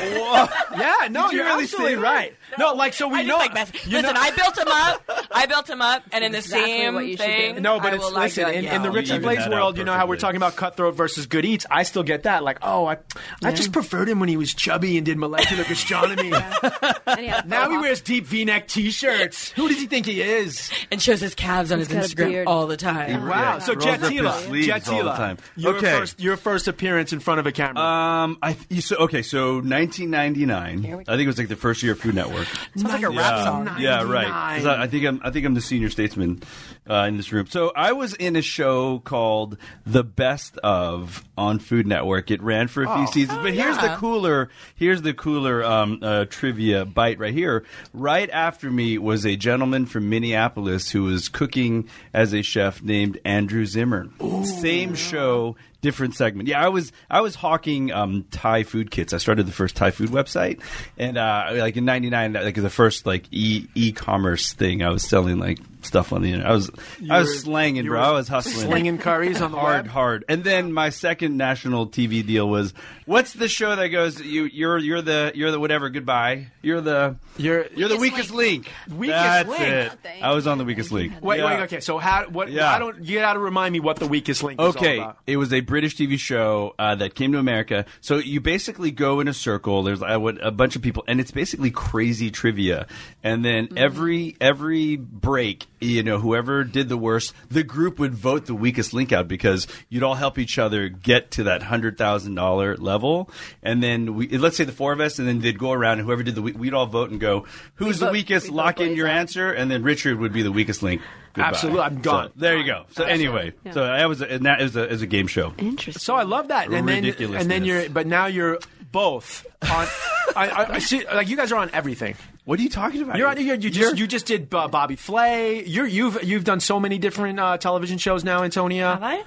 B: yeah. No,
E: you
B: you're
E: really
B: absolutely
E: say that?
B: right. No. like so we
F: I just
B: know.
F: like mess.
B: you
F: Listen,
B: know-
F: I built him up. I built him up, and in the
G: Exactly
F: same
G: what you should
F: thing.
G: do.
B: No, but
F: I
B: it's
F: will, like,
B: listen.
F: be like,
B: in,
F: yeah.
B: in the
E: You
B: Richard
E: evened
B: Blaze
E: that out
B: world, you know how we're
E: perfectly.
B: talking about cutthroat versus good eats. I still get that. Like, oh, I, I just preferred him when he was chubby and did molecular gastronomy.
G: And he had a
B: Now he
G: mohawk.
B: wears deep V-neck T-shirts. Who does he think he is?
F: and shows his calves on his
G: got a
F: Instagram
G: beard.
F: all the time.
B: Wow.
E: Yeah,
B: so
E: rolls
B: Jet
E: up his
B: Tila,
E: sleeves
B: Jet
E: all the
B: Tila,
E: time.
B: Your
E: Okay.
B: first, your first appearance in front of a camera.
E: Um, I you, so okay. So 1999. I think it was like the first year of Food Network.
F: Sounds like a rap song.
E: Yeah, right. 'Cause I, I think I'm I think I'm the senior statesman uh, in this room. So I was in a show called The Best of on Food Network. It ran for a few seasons, but here's the
F: yeah.
E: cooler here's the cooler um, uh, trivia bite right here. Right after me was a gentleman from Minneapolis who was cooking as a chef named Andrew Zimmern. Same show. Different segment, yeah. I was I was hawking um, Thai food kits. I started the first Thai food website, and uh, like in '99, like the first like e e commerce thing, I was selling like stuff on the internet. I was I was slanging,
B: you
E: bro.
B: were
E: I was hustling,
B: slinging curries on the
E: hard,
B: web?
E: hard. And then my second national TV deal was what's the show that goes you you're you're the you're the whatever goodbye you're the
B: You're-
E: you're the weakest link.
B: Weakest
E: That's
B: link.
E: it.
G: Thank
E: I was on the
G: you.
E: weakest link.
B: Wait,
E: Yeah.
B: wait, okay. So how? What?
E: Yeah.
B: I don't. You gotta remind me what the weakest link. Is all
E: Okay,
B: about.
E: it was a British TV show uh, that came to America. So you basically go in a circle. There's uh, what, a bunch of people, and it's basically crazy trivia. And then
B: Mm-hmm.
E: every every break, you know, whoever did the worst, the group would vote the weakest link out because you'd all help each other get to that hundred thousand dollar level. And then we, let's say the four of us, and then they'd go around, and whoever did the we- we'd all vote and go, who's the
G: vote-
E: weakest?
G: we'd vote
E: Lock in
G: Blaze
E: your
G: out.
E: answer, and then Richard would be the weakest link. Goodbye.
B: Absolutely, I'm gone.
E: So, there you go. So anyway,
G: Yeah.
E: so that was a, and that is a is a game show.
B: Eh?
G: Interesting.
B: So I love that. And then, and then
E: Ridiculousness.
B: you're, but now you're both on. I, I, I see, like you guys are on everything.
E: What are you talking about?
B: You're on. You're, you just
E: You're-
B: you just did uh, Bobby Flay. You're you've you've done so many different uh, television shows now, Antonia.
F: Have I?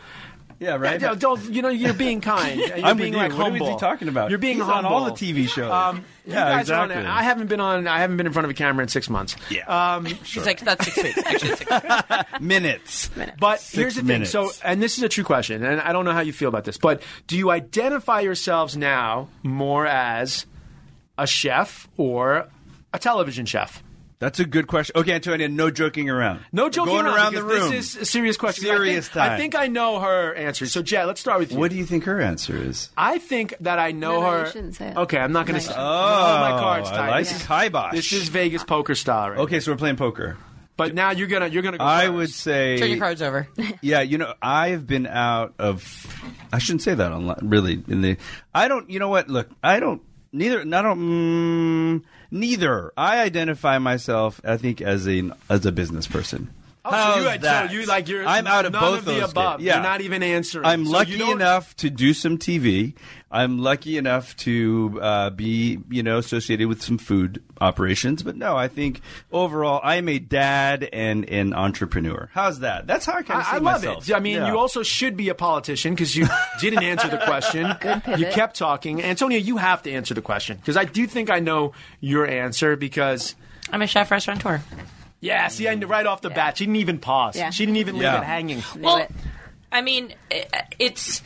E: yeah, right.
B: Yeah, don't you know you're being kind. You're
E: I'm
B: being
E: with you.
B: like
E: What are we
B: humble.
E: talking about?
B: You're being
E: He's on
B: humble.
E: all the TV shows.
B: Um, you
E: Yeah,
B: guys are on-
E: exactly.
B: I haven't been on. I haven't been in front of a camera in six months.
E: Yeah.
B: Um,
F: She's like, that's six weeks. Actually, it's six weeks.
E: minutes.
B: But
E: Six
B: here's the
E: minutes.
B: thing. So, and this is a true question, and I don't know how you feel about this, but do you identify yourselves now more as a chef or a television chef?
E: That's a good question. Okay, Antonia, no joking around.
B: No joking
E: Going around the
B: because
E: room.
B: This is a serious question.
E: Serious
B: I think, I
E: time.
B: think I know her answer. So, Jed, let's start with you.
E: What do you think her answer is?
B: I think that I know
G: No, no,
B: her.
G: you shouldn't say it.
B: Okay, I'm not going
G: No,
B: to
G: you
B: say.
G: shouldn't.
B: I'm gonna hold Oh, my cards
E: Oh, I
B: tight.
E: like
B: This is-
E: kibosh.
B: This is Vegas poker style, right?
E: okay. So we're playing poker.
B: But now you're gonna you're gonna. Go
E: I
B: first.
E: would say
F: Turn your cards over.
E: Yeah, you know, I've been out of. I shouldn't say that online. Really, in the I don't. You know what? Look, I don't. Neither. I don't. Mm, neither. I identify myself. I think as an as a business person.
B: Oh, so
E: How's
B: you had- so
E: that?
B: you like you're-
E: I'm out of
B: none
E: both
B: of the
E: those
B: above.
E: games. Yeah.
B: You're not even answering.
E: I'm
B: So
E: lucky
B: you don't-
E: enough to do some TV. I'm lucky enough to uh, be you know associated with some food operations. But no, I think overall I'm a dad and an entrepreneur. How's that? That's how I kind of see
B: I, I love
E: myself.
B: it. I mean,
E: Yeah.
B: you also should be a politician because you didn't answer the question.
G: Good pivot.
B: You kept talking, Antonia. You have to answer the question because I do think I know your answer. Because
F: I'm a chef restaurateur.
B: yeah, see, I knew right off the bat, she didn't even pause.
G: Yeah.
B: She didn't even leave
E: Yeah.
B: it hanging.
F: Well,
G: it.
F: I mean, i- it's.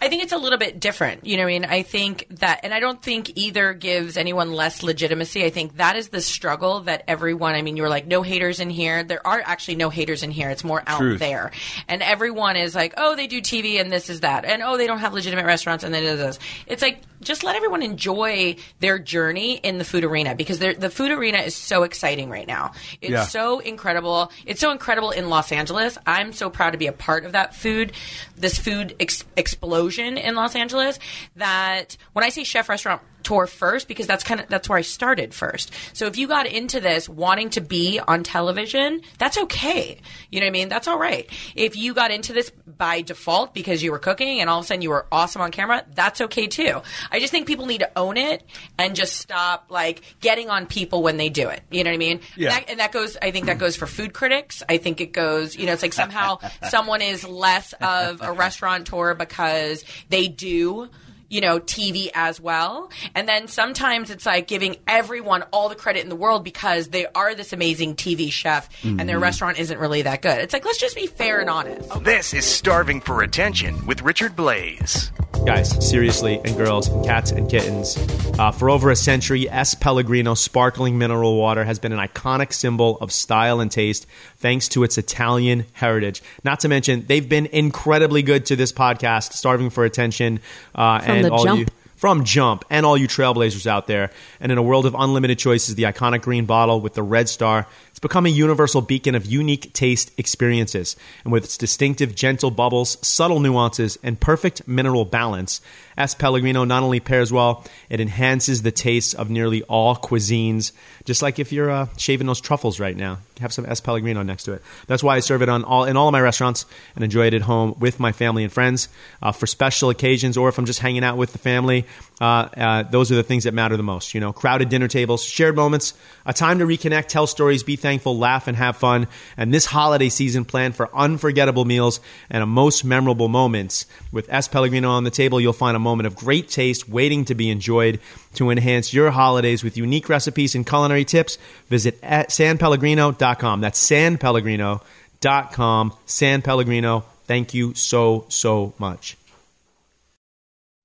F: I think it's a little bit different. You know what I mean? I think that, and I don't think either gives anyone less legitimacy. I think that is the struggle that everyone, I mean, you were like, no haters in here. There are actually no haters in here. It's more out
E: Truth.
F: there. And everyone is like, oh, they do TV and this is that. And oh, they don't have legitimate restaurants and then it is this. It's like, just let everyone enjoy their journey in the food arena because they're- the food arena is so exciting right now. It's
E: Yeah.
F: so incredible. It's so incredible in Los Angeles. I'm so proud to be a part of that food, this food ex- explosion in Los Angeles. That when I say chef restaurant tour first, because that's kind of that's where I started first. So if you got into this wanting to be on television, that's okay. You know what I mean? That's all right. If you got into this by default because you were cooking and all of a sudden you were awesome on camera, that's okay too. I just think people need to own it and just stop like getting on people when they do it. You know what I mean?
E: Yeah.
F: That- and that goes i think that goes for food critics i think it goes you know it's like somehow someone is less of a restaurateur because they do you know tv as well and then sometimes it's like giving everyone all the credit in the world because they are this amazing tv chef and their restaurant isn't really that good it's like let's just be fair and honest
A: This is Starving for Attention with Richard Blaze.
D: Guys, seriously, and girls, and cats and kittens, uh, for over a century, S. Pellegrino sparkling mineral water has been an iconic symbol of style and taste thanks to its Italian heritage. Not to mention, they've been incredibly good to this podcast, starving for attention. Uh, and
C: the
D: all
C: jump.
D: you from Jump and all you trailblazers out there. And in a world of unlimited choices, the iconic green bottle with the red star, it's become a universal beacon of unique taste experiences. And with its distinctive gentle bubbles, subtle nuances, and perfect mineral balance, S. Pellegrino not only pairs well, it enhances the tastes of nearly all cuisines. Just like if you're uh, shaving those truffles right now, have some S. Pellegrino next to it. That's why I serve it on all in all of my restaurants and enjoy it at home with my family and friends uh, for special occasions or if I'm just hanging out with the family. Uh, uh, those are the things that matter the most. You know, crowded dinner tables, shared moments, a time to reconnect, tell stories, be thankful, laugh, and have fun. And this holiday season, plan for unforgettable meals and a most memorable moments. With S. Pellegrino on the table, you'll find a moment of great taste waiting to be enjoyed. To enhance your holidays with unique recipes and culinary tips, visit at sanpellegrino.com sanpellegrino.com. That's sanpellegrino.com. San Pellegrino, thank you so, so much.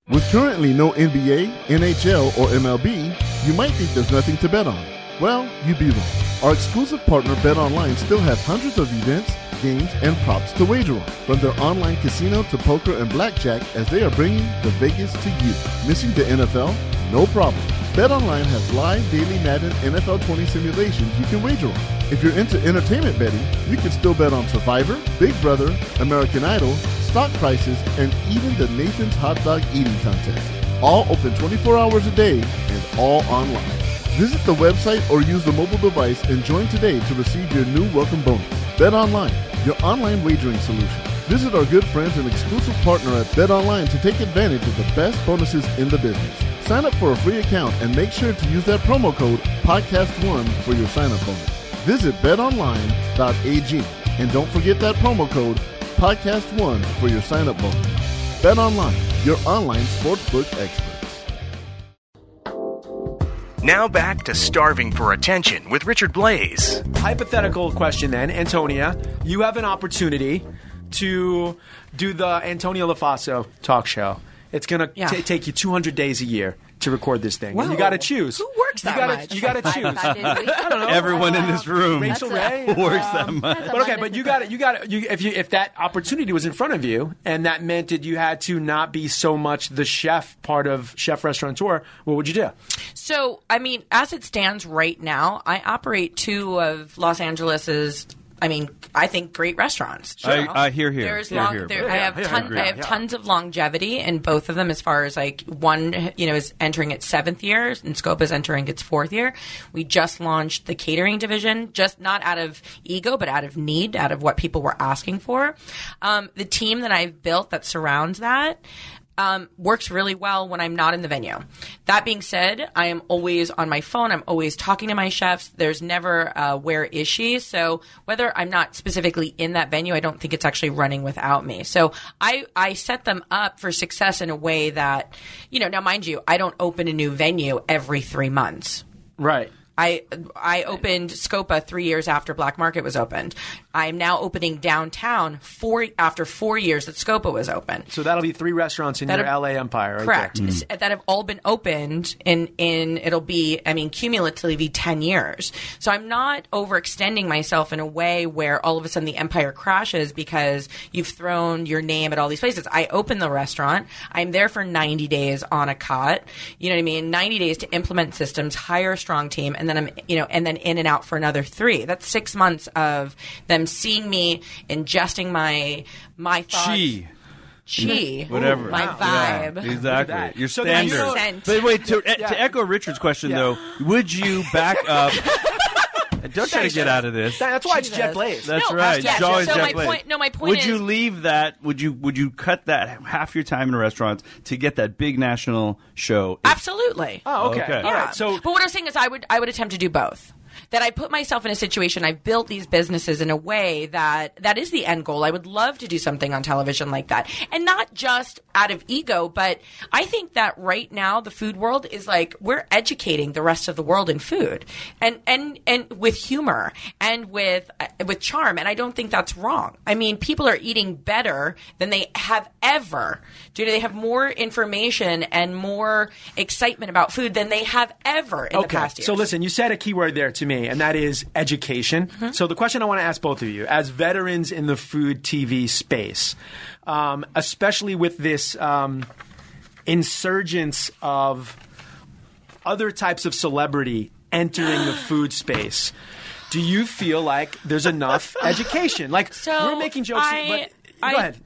H: With currently no NBA, NHL, or MLB, you might think there's nothing to bet on. Well, you'd be wrong. Our exclusive partner BetOnline still has hundreds of events, games, and props to wager on, from their online casino to poker and blackjack as they are bringing the Vegas to you. Missing the NFL? No problem. BetOnline has live daily Madden NFL 20 simulations you can wager on. If you're into entertainment betting, you can still bet on Survivor, Big Brother, American Idol, stock prices, and even the Nathan's Hot Dog Eating Contest. All open 24 hours a day and all online. Visit the website or use the mobile device and join today to receive your new welcome bonus. Bet Online, your online wagering solution. Visit our good friends and exclusive partner at Bet Online to take advantage of the best bonuses in the business. Sign up for a free account and make sure to use that promo code PODCAST1 for your sign up bonus. Visit betonline.ag and don't forget that promo code PODCAST1 for your sign up bonus. Bet Online, your online sportsbook experts.
A: Now back to Starving for Attention with Richard Blaze.
B: Hypothetical question then, Antonia. You have an opportunity to do the Antonia LaFaso talk show. It's going to
F: Yeah.
B: take you 200 days a year to record this thing. And you
F: Whoa.
B: got to choose.
F: Who works
B: you
F: that
B: gotta,
F: much?
B: You got to
G: Five-
B: choose.
G: five days a week.
E: Everyone in this room
B: Rachel Ray.
E: works that much.
G: That's a
B: But okay,
G: Monday
B: but
G: to
B: you got it. You got it. You, if you if that opportunity was in front of you, and that meant that you had to not be so much the chef part of chef restaurateur, what would you do?
F: So, I mean, as it stands right now, I operate two of Los Angeles's. I mean, I think great restaurants.
E: I-
F: You know?
E: I hear, hear.
F: There's
E: Hear,
F: long,
E: hear.
F: There,
E: Yeah,
F: I have,
B: yeah,
F: ton,
B: yeah,
F: I have
B: yeah.
F: tons of longevity in both of them. As far as like one, you know, is entering its seventh year, and Scope is entering its fourth year. We just launched the catering division, just not out of ego, but out of need, out of what people were asking for. Um, the team that I've built that surrounds that um, works really well when I'm not in the venue. That being said, I am always on my phone. I'm always talking to my chefs. There's never uh, where is she. So whether I'm not specifically in that venue, I don't think it's actually running without me. So I I set them up for success in a way that you know. Now, mind you, I don't open a new venue every three months.
B: Right.
F: I I opened Scopa three years after Black Market was opened. I am now opening downtown four after four years that Scopa was open.
B: So that'll be three restaurants in your
F: That'll-
B: LA empire. Right
F: Correct.
B: there.
F: S-
E: Mm.
F: That have all been opened in in it'll be I mean cumulatively ten years. So I'm not overextending myself in a way where all of a sudden the empire crashes because you've thrown your name at all these places. I open the restaurant. I'm there for 90 days on a cot. You know what I mean? 90 days to implement systems, hire a strong team, and then I'm you know and then in and out for another three. That's six months of them seeing me ingesting my my thoughts.
E: She.
F: Chi.
E: Whatever.
F: My
E: Yeah,
F: vibe.
E: exactly. Your
B: So then you
E: standard.
F: don't-
E: But wait, to,
B: Yeah.
E: to echo Richard's question, though, would you back up? don't try to get out of this.
B: That- that's why it's Jet
F: Jesus.
B: Blaze.
E: That's
F: No,
E: right.
F: yes,
E: It's always
F: so my
E: Jack Blake.
F: point- no, my point
E: Would
F: is-
E: you leave that? Would you would you cut that half your time in restaurants to get that big national show?
F: Absolutely.
B: oh, okay.
E: Okay.
B: All
F: Yeah.
B: right. So
F: but what I'm saying is, I would I would attempt to do both. That I put myself in a situation. I've built these businesses in a way that that is the end goal. I would love to do something on television like that, and not just out of ego, but I think that right now the food world is like we're educating the rest of the world in food, and and and with humor and with uh, with charm, and I don't think that's wrong. I mean, people are eating better than they have ever. Do they have more information and more excitement about food than they have ever in the past years?
B: So listen, you said a key word there to me, and that is education.
F: Mm-hmm.
B: So the question I want to ask both of you, as veterans in the food TV space, um, especially with this um, insurgence of other types of celebrity entering the food space. Do you feel like there's enough education? Like
F: So
B: we're making jokes,
F: I-
B: but
F: I-
B: go ahead.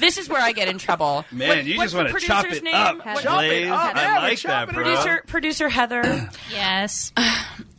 F: this is where I get in trouble.
E: Man,
F: What-
E: you
F: what's
E: just want
F: the
E: to chop
F: producer's
E: it up,
F: name? What-
G: Chop it
E: Blaze.
G: up.
E: I
G: Yeah,
E: like
B: chop
E: that,
B: it
E: bro.
F: Producer, producer Heather.
I: Yes.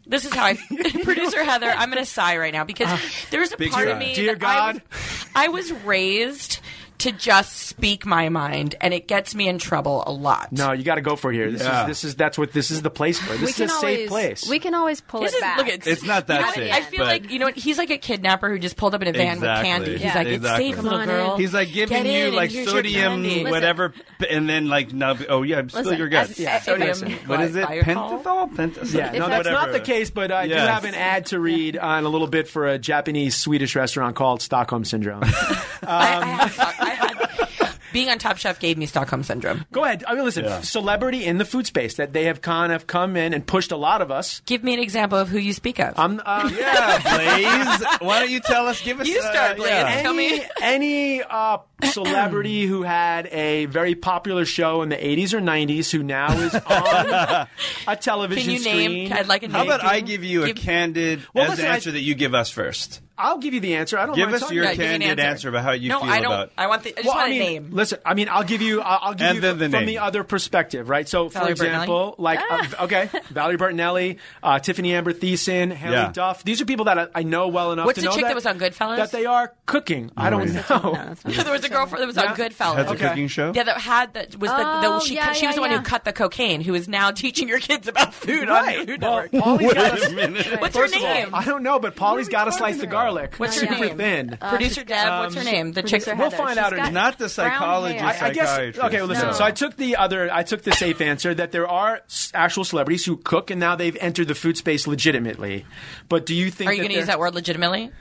F: This is how I, producer Heather. I'm going to sigh right now because there's a part
E: Ah, sigh.
F: of me.
B: Dear
F: that I was-
B: God.
F: I was raised to just speak my mind, and it gets me in trouble a lot.
B: No, you got to go for here. This
E: Yeah.
B: is this is that's what this is the place for. This is a safe place.
G: We can always pull
F: This
G: it
F: is
G: back.
F: look. It's,
E: It's not that
F: you know what?
E: safe,
F: I feel
E: but-
F: like you know what? He's like a kidnapper who just pulled up in a van with
E: Exactly.
F: candy. He's
E: Yeah.
F: like,
E: Exactly.
F: "It's safe,
E: Come
F: little
G: on
F: girl."
G: in.
E: He's like
F: Get
E: giving
F: in
E: you
F: and
E: like
F: here's your
E: sodium,
F: candy.
E: whatever, p- and then like nub. Oh yeah, spill
G: Listen,
E: your guts.
G: as- Yeah. as- if
F: Sodium
G: I'm-
E: What is it?
F: glycol?
E: Pentothal? Pentothal?
B: yeah, no, that's not the case, but I do
E: Yes.
B: have an ad to read on a little bit for a Japanese Swedish restaurant called Stockholm Syndrome.
F: I,
E: um,
F: I had, I had, being on Top Chef gave me Stockholm syndrome.
B: Go ahead. I mean, listen,
E: Yeah.
B: celebrity in the food space that they have kind of come in and pushed a lot of us.
F: Give me an example of who you speak of.
B: I'm, uh,
E: Yeah, Blaze. Why don't you tell us? Give us.
F: You start,
E: uh,
F: Blaze.
E: yeah.
F: Tell me.
B: any any uh, celebrity who had a very popular show in the 80s or 90s who now is on a television
F: Can you
B: screen.
F: name? I'd like a name.
E: How about I
F: Give-
E: give you a candid
B: Well,
E: as
B: listen,
E: an
B: I-
E: answer that you give us first?
B: I'll give you the answer. I don't
E: Give
B: mind
E: us
B: talking
E: your
F: Yeah,
B: about it.
F: give me an
E: candid answer about how you
F: no,
E: feel
F: I don't.
E: about-
F: I want. The, I just
B: Well,
F: want
B: I mean,
F: a name.
B: listen. I mean, I'll give you. I'll, I'll give
E: And
B: you
E: then the
B: from
E: name.
B: the other perspective, right? So, for
F: Valerie Ah.
B: example, like uh, okay, Valerie Bertinelli, uh, Tiffany Amber Thiessen, Haley
E: Yeah.
B: Duff. These are people that I, I know well enough
F: What's
B: to
F: the
B: know
F: chick
B: that,
F: that was on Goodfellas?
B: That they are cooking. I don't
E: idea.
B: know.
G: No, that's not
F: there was a girlfriend that was on
E: That's
F: Goodfellas.
E: a cooking show.
F: Yeah, that had that was the, the
G: Oh,
F: she,
G: yeah,
F: she was
G: yeah,
F: the one
G: yeah.
F: who cut the cocaine, who is now teaching your kids about food on
B: Right.
F: Food
B: Well, Polly's
F: Network.
B: got
E: Wait a
B: a-
E: minute.
F: What's
B: First
F: her
B: of all,
F: name?
B: I don't know, but Polly's got to slice the garlic.
F: What's
B: super
F: her name? Uh,
B: thin.
F: Producer Deb. what's her name? The chick.
G: Producer
B: Um, We'll
G: Heather.
B: find
G: She's
B: out her
G: got
B: name.
E: Not the
G: brown
E: psychologist.
G: hair.
B: I guess.
E: Psychiatrist.
B: Okay, well, listen.
G: No.
B: So I took the other. I took the safe answer that there are s- actual celebrities who cook, and now they've entered the food space legitimately. But do you think?
F: Are you going to
B: they're-
F: use that word legitimately?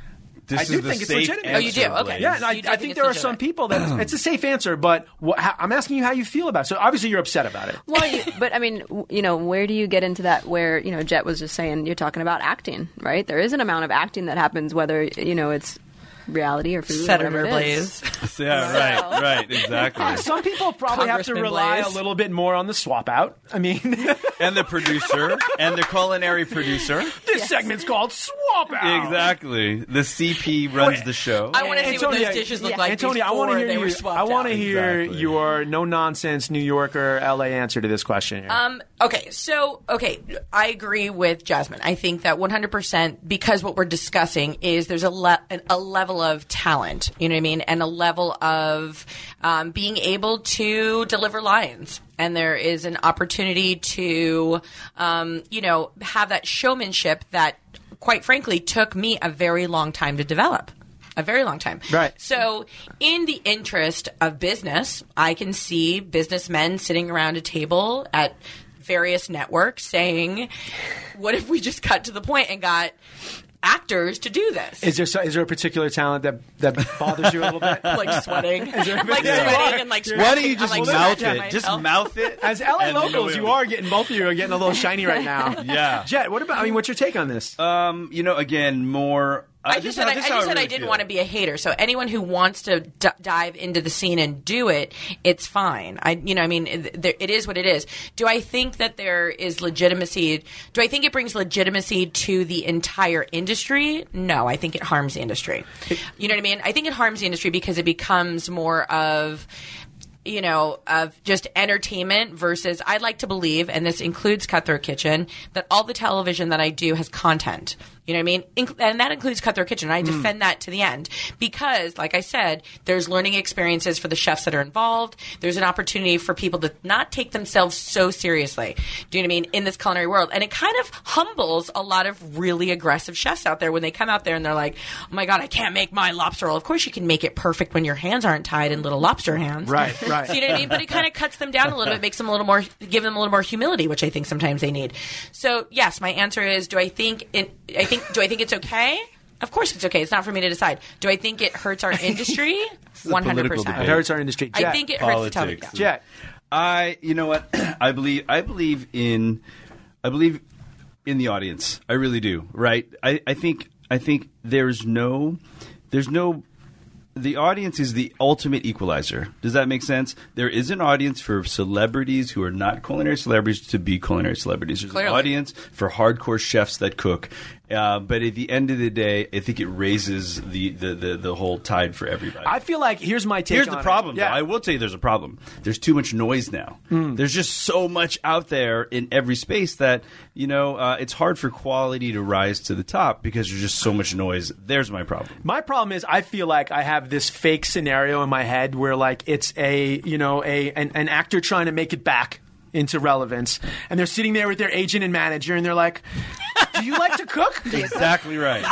E: This
B: I do
E: is the
B: think it's
E: safe
B: legitimate. Oh,
F: you do?
E: answer,
F: Okay.
E: Blaze.
B: Yeah, and I,
F: You do
B: I
F: think
B: think
F: it's
B: there are some
F: legitimate.
B: people that it's a safe answer, but wha- how, I'm asking you how you feel about it. So obviously you're upset about it.
G: Well, you, but I mean, w- you know, where do you get into that? Where you know, Jet was just saying you're talking about acting, right? There is an amount of acting that happens, whether you know it's reality or food, or whatever
F: Senator
G: it is.
F: Blaze.
E: Yeah, right, right, exactly.
B: Some people probably have to
F: Congressman
B: rely
F: Blaze.
B: a little bit more on the swap out. I mean, this
E: And the producer, and the culinary producer.
B: segment's called swap out.
E: Exactly. The CP runs the show.
F: I want to see what
B: Antonia,
F: those dishes look
G: yeah,
F: like
B: Antonia, I
F: before
B: want to hear
F: they were
B: you.
F: swapped
B: I want to
F: out.
B: hear
E: Exactly.
B: your no nonsense New Yorker LA answer to this question. here.
F: Um, okay, so okay, I agree with Jasmine. I think that 100% because what we're discussing is there's a le- an, a level of talent, you know what I mean, and a level of um, being able to deliver lines. And there is an opportunity to, um, you know, have that showmanship that, quite frankly, took me a very long time to develop. A very long time.
B: Right.
F: So, in the interest of business, I can see businessmen sitting around a table at various networks saying, "What if we just cut to the point and got actors to do this?"
B: is there so- is there a particular talent that that bothers you a little bit?
F: like sweating, like
B: Yeah, you
F: sweating,
B: are.
F: and like
E: Why don't you
F: scratching.
E: just
F: I'm, like,
E: mouth
F: scratching
E: it? Just
F: myself.
E: mouth it.
B: As LA
E: and then
B: locals,
E: go
B: you
E: in.
B: are getting both of you are getting a little shiny right now.
E: Yeah.
B: Jet, what about? I mean, what's your take on this?
E: Um, you know, again, more. uh,
F: I
E: this
F: just
E: is
F: said
E: how-
F: I,
E: this
F: I
E: is how
F: just said
E: really
F: I didn't
E: feel.
F: want to be a hater. So anyone who wants to d- dive into the scene and do it, it's fine. I you know I mean it, there- it is what it is. Do I think that there is legitimacy? Do I think it brings legitimacy to the entire industry? No, I think it harms the industry. You know what I mean? I think it harms the industry because it becomes more of you know, of just entertainment versus I'd like to believe, and this includes Cutthroat Kitchen, that all the television that I do has content. You know what I mean? Inc- and that includes Cutthroat Kitchen. I defend that to the end because, like I said, there's learning experiences for the chefs that are involved. There's an opportunity for people to not take themselves so seriously. Do you know what I mean? In this culinary world. And it kind of humbles a lot of really aggressive chefs out there when they come out there and they're like, oh my God, I can't make my lobster roll. Of course you can make it perfect when your hands aren't tied in little lobster hands.
B: Right, right.
F: So you know what I mean? But it kind of cuts them down a little bit, makes them a little more, give them a little more humility, which I think sometimes they need. So yes, my answer is: Do I think it? I think do I think it's okay? Of course, it's okay. It's not for me to decide. Do I think it hurts our industry?
E: is a
F: One hundred
E: political
F: percent.
E: debate.
B: it hurts our industry. Jet,
F: I think it hurts the television.
E: Politics.
F: guide.
B: Jet.
E: I you know what I believe I believe in I believe in the audience. I really do. Right? I, I think I think there's no there's no the audience is the ultimate equalizer. Does that make sense? There is an audience for celebrities who are not culinary celebrities to be culinary celebrities. There's
F: Clearly.
E: an audience for hardcore chefs that cook. Uh, but at the end of the day, I think it raises the, the, the, the whole tide for everybody.
B: I feel like here's my take.
E: Here's
B: on
E: the
B: it.
E: problem,
B: Yeah. Hmm.
E: though. I will tell you there's a problem. There's too much noise now. There's just so much out there in every space that you know, uh, it's hard for quality to rise to the top because there's just so much noise. There's my problem.
B: My problem is I feel like I have this fake scenario in my head where like it's a you know a an, an actor trying to make it back into relevance, and they're sitting there with their agent and manager, and they're like, "Do you like to cook? You
E: Exactly right.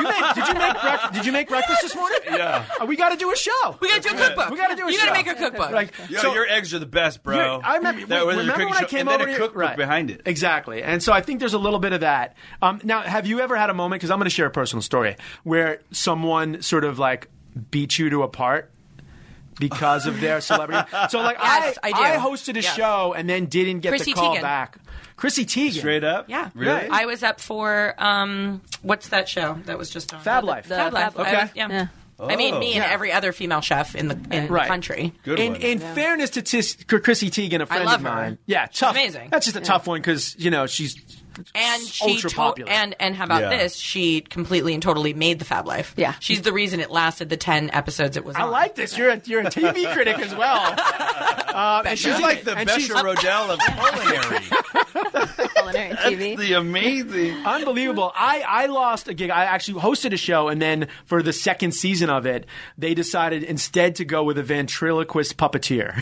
B: made, did you make breakfast? Did you make breakfast this morning?
E: Yeah.
B: Uh, we got to do a show.
F: We gotta do a cookbook.
B: We gotta do a
F: you
B: show.
F: gotta make a cookbook.
B: like
E: Yo,
B: so-
E: your eggs are the best, bro.
B: You're- I remember.
E: That was your
B: remember
E: cooking
B: when I
E: show,
B: came
E: and
B: over
E: then a
B: here-
E: cookbook
B: right.
E: behind it.
B: Exactly, and so I think there's a little bit of that. Um, now, have you ever had a moment? Because I'm going to share a personal story where someone sort of like beat you to a part. Because of their celebrity, so like
F: Yes,
B: I,
F: I do.
B: hosted a
F: Yes.
B: show and then didn't get
F: Chrissy
B: the call
F: Teigen.
B: back. Chrissy Teigen,
E: Straight up.
F: Yeah.
E: Really?
F: I was up for um, what's that show that was just on?
B: Fab Life.
G: The
F: Fab Life.
G: Fab Life.
F: I was- yeah.
G: Yeah.
F: I mean, me and
B: Yeah.
F: every other female chef in the in
B: Right.
F: the country.
E: Good
B: in,
E: one.
B: in fairness to Tis, Chr- Chrissy Teigen, a friend
F: love
B: of
F: her.
B: mine, yeah, tough,
F: amazing.
B: That's just a tough one because you know she's
F: And she
B: ultra
F: to-
B: popular.
F: and and how about
E: Yeah.
F: this? She completely and totally made the Fab Life.
G: Yeah.
F: she's the reason it lasted the ten episodes it was.
B: I
F: on.
B: like this. You're a, you're a TV critic as well. Um, and
E: She's like the
B: and she's-
E: Besha Rodell of culinary.
G: Culinary TV.
E: the amazing.
B: Unbelievable. I, I lost a gig. I actually hosted a show, and then for the second season of it, they decided instead to go with a ventriloquist puppeteer,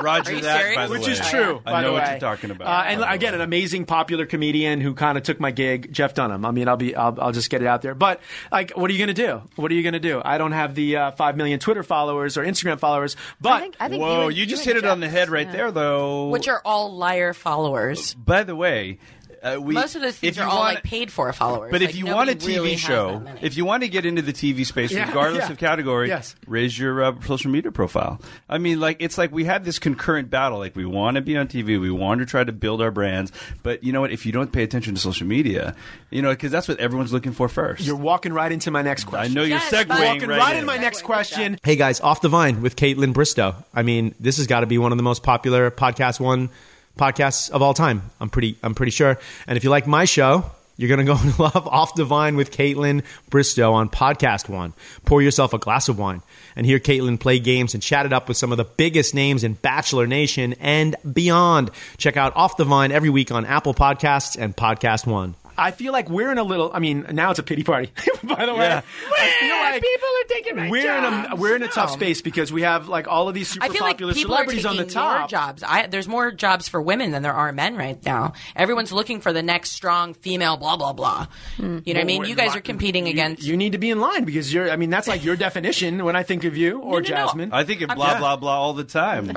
E: Roger
F: Are you
E: that,
F: serious?
E: by the
B: which
E: way.
B: is true.
E: I
B: by
E: know
B: the
E: what
B: way.
E: you're talking about.
B: Uh, and
E: by the
B: again,
E: way.
B: an amazing popular comedian who kind of took my gig, Jeff Dunham. I mean, I'll be, I'll, I'll just get it out there. But like, what are you going to do? What are you going to do? I don't have the uh, five million Twitter followers or Instagram followers, but
G: I think, I think
E: Whoa,
G: and-
E: you just
G: and
E: hit it
G: Jeff-
E: on the head right there, though.
F: Which are all liar followers.
E: by the way, uh, we
F: Most of those things
E: if
F: are
E: you
F: all
E: want-
F: like paid for followers.
E: But
F: Like,
E: if you want
F: nobody
E: a TV
F: really has that
E: show,
F: many.
E: if you want to get into the TV space,
B: Yeah,
E: regardless
B: yeah.
E: of category,
B: Yes.
E: raise your uh, social media profile. I mean, like it's like we had this concurrent battle. Like we want to be on TV, we want to try to build our brands, but you know what? If you don't pay attention to social media, you know, because that's what everyone's looking for first.
B: you're walking right into my next
E: I
B: question.
E: know
F: Yes,
E: you're
F: but-
E: segueing
B: Walking right, in
E: in.
B: my next question.
D: Hey guys, off the vine with Caitlin Bristow. I mean, this has got to be one of the most popular podcast one podcasts of all time. I'm pretty I'm pretty sure. And if you like my show, you're gonna go and love Off the Vine with Caitlin Bristow on Podcast One. Pour yourself a glass of wine and hear Caitlin play games and chat it up with some of the biggest names in Bachelor Nation and beyond. Check out Off the Vine every week on Apple Podcasts and Podcast One.
B: I feel like we're in a little. I mean, now it's a pity party. by the way,
E: Yeah.
B: I feel like people are taking my we're in a we're in a tough space because we have like all of these super
F: I feel like
B: popular
F: people are
B: celebrities
F: taking
B: on the
F: more
B: top.
F: jobs. I, there's more jobs for women than there are men right now. Everyone's looking for the next strong female, blah blah blah. You know what I mean? You guys are competing
B: You-
F: against.
B: You need to be in line because you're. I mean, that's like your definition when I think of you or
F: no, no.
B: Jasmine.
E: I think it blah blah blah all the time.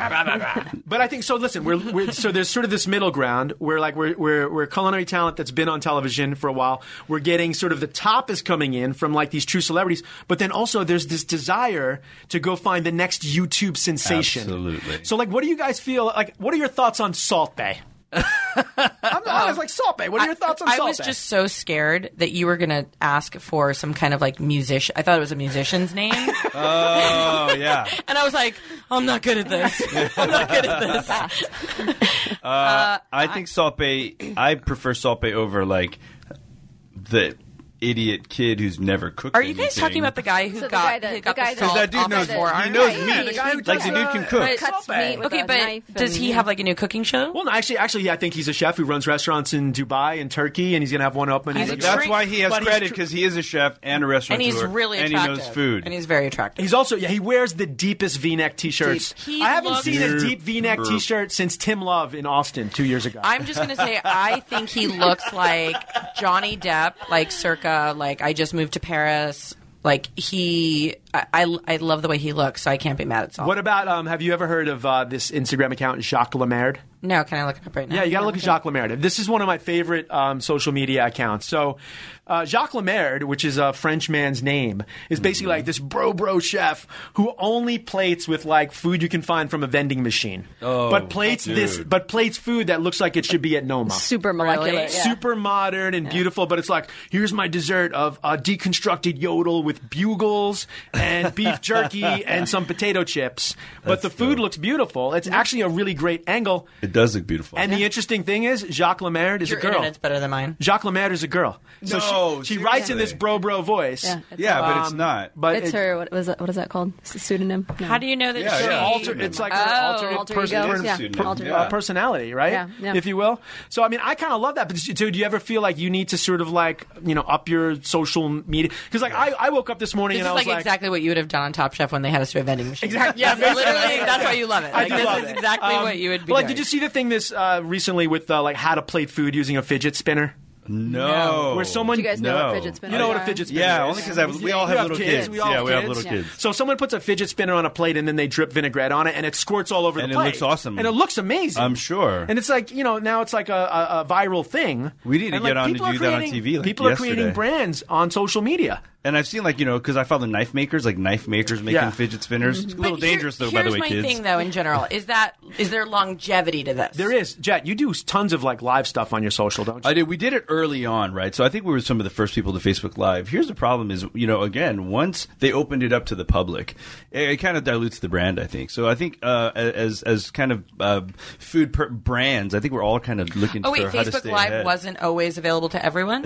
B: But I think so. Listen, we're, we're so there's sort of this middle ground where like we're, we're we're culinary talent that's been on television for a while. We're getting sort of the top is coming in from like these true celebrities, but then also there's this desire to go find the next YouTube sensation.
E: Absolutely.
B: So like, what do you guys feel like? What are your thoughts on Salt Bay? I'm honest, like Salt Bay. What are your thoughts on
F: I
B: Salt
F: was
B: Bay?
F: just so scared that you were going to ask for some kind of like musician. I thought it was a musician's name. and
E: Oh yeah.
F: I was like, I'm not good at this. I'm not good at this.
E: Uh,
F: Uh,
E: I think Salt Bay. I prefer Salt Bay over like the idiot kid who's never cooked.
F: Are you guys talking about the guy who
G: So the
F: got
G: guy that-
F: who got
G: the guy that-
F: salt
E: that dude
F: off
E: knows-
F: his forearm?
E: he knows
G: Right,
E: meat.
G: yeah, the guy who
E: Like the
G: does,
E: dude
G: uh,
E: can cook.
F: But-
G: Cuts
B: Sorbet.
G: meat with
F: okay,
G: a knife
F: but does
G: and-
F: he have like a new cooking show?
B: well, no, actually, actually, I think he's a chef who runs restaurants in Dubai and Turkey, and he's gonna have one up in
F: He's
B: New
F: a
B: York.
E: That's
F: shrink,
E: why he has
B: but he's
E: credit
B: tr-
E: because he is a chef and a
F: and
E: restaurateur,
F: he's really
E: and
F: attractive.
E: he knows food.
F: And he's very attractive.
B: He's also yeah. He wears the deepest V-neck T-shirts.
F: Deep. He
B: I haven't
F: loves-
B: seen a
E: Deep.
B: deep V-neck
E: Burp.
B: T-shirt since Tim Love in Austin two years ago.
F: I'm just gonna say I think he looks like Johnny Depp, like circa like I just moved to Paris. Like he, I, I, I love the way he looks, so I can't be mad at Saul.
B: what about um? Have you ever heard of uh, this Instagram account Jacques Lemaitre?
F: no, can I look it up right now?
B: Yeah, you got to look at Jacques Lemaitre. This is one of my favorite um, social media accounts. So, uh, Jacques Lemaitre, which is a French man's name, is basically
E: Mm-hmm.
B: like this bro bro chef who only plates with like food you can find from a vending machine.
E: Oh,
B: but plates this,
E: dude.
B: but plates food that looks like it should be at Noma.
G: super molecular.
F: Really?
G: yeah.
B: super modern and beautiful, but it's like, here's my dessert of uh, deconstructed yodel with bugles and beef jerky and some potato chips. But
E: That's
B: the food
E: dope.
B: looks beautiful.
G: Mm-hmm.
B: It's actually a really great angle.
E: It does look beautiful.
B: And the interesting thing is, Jacques Lemaire is
F: Your
B: a girl.
F: internet's better than mine.
B: Jacques Lemaire is a girl. So
E: No,
B: she, she writes in this
E: seriously.
B: bro bro voice.
G: Yeah, it's,
E: yeah, but it's not.
B: But
G: it's
B: it-
G: her. What was that? What is that called? S- pseudonym. No.
F: How do you know that
E: Yeah,
F: she
E: yeah.
B: alter, it's like
G: Oh,
B: her alternate
G: alter
B: person-
G: ego.
B: person-
G: Yeah,
B: per-
G: alter
B: uh,
E: ego.
B: personality, right?
G: Yeah, yeah.
B: If you will. So I mean, I kind of love that. But do, do you ever feel like you need to sort of like you know up your social media? Because like I, I woke up this morning
F: This is
B: and I
F: like,
B: was like,
F: exactly what you would have done on Top Chef when they had us do a vending machine.
B: Exactly.
F: Yeah,
B: Yeah,
F: literally. That's why you love it.
B: I
F: Like,
B: do
F: this
B: love
F: is
B: it.
F: exactly
B: Um,
F: what you would be.
B: well, like,
F: doing.
B: did you see the thing this uh, recently with uh, like how to plate food using a fidget spinner?
E: no.
B: Where someone
G: Do you guys know
E: No.
G: what fidget spinners
B: You know what a
G: are?
B: fidget spinner
E: Oh, Yeah,
B: is.
E: only 'cause I have- we all
B: You
E: have little kids.
B: We all
E: Yeah,
B: have
E: we have
B: kids.
E: little Yeah. kids.
B: So someone puts a fidget spinner on a plate and then they drip vinaigrette on it and it squirts all over
E: And
B: the
E: it
B: plate.
E: looks awesome.
B: And it looks amazing.
E: I'm sure.
B: And it's like, you know, now it's like a, a, a viral thing.
E: We need to
B: And,
E: get
B: like,
E: on to
B: people are
E: do that on
B: creating-
E: TV, like,
B: people are creating
E: yesterday.
B: brands on social media.
E: And I've seen like you know because I follow knife makers, like knife makers making
B: Yeah.
E: fidget spinners. It's a
F: But
E: little
F: here-
E: dangerous though, by the
F: here's
E: way,
F: my
E: kids.
F: thing, though, in general, is that is there longevity to this?
B: There is. Jet, you do tons of like live stuff on your social, don't you?
E: I did. We did it early on, right? So I think we were some of the first people to Facebook Live. Here's the problem: is you know, again, once they opened it up to the public, it, it kind of dilutes the brand. I think. So I think uh, as as kind of uh, food per- brands, I think we're all kind of looking
F: Oh wait,
E: for how to
F: Facebook
E: stay
F: Live
E: ahead.
F: wasn't always available to everyone.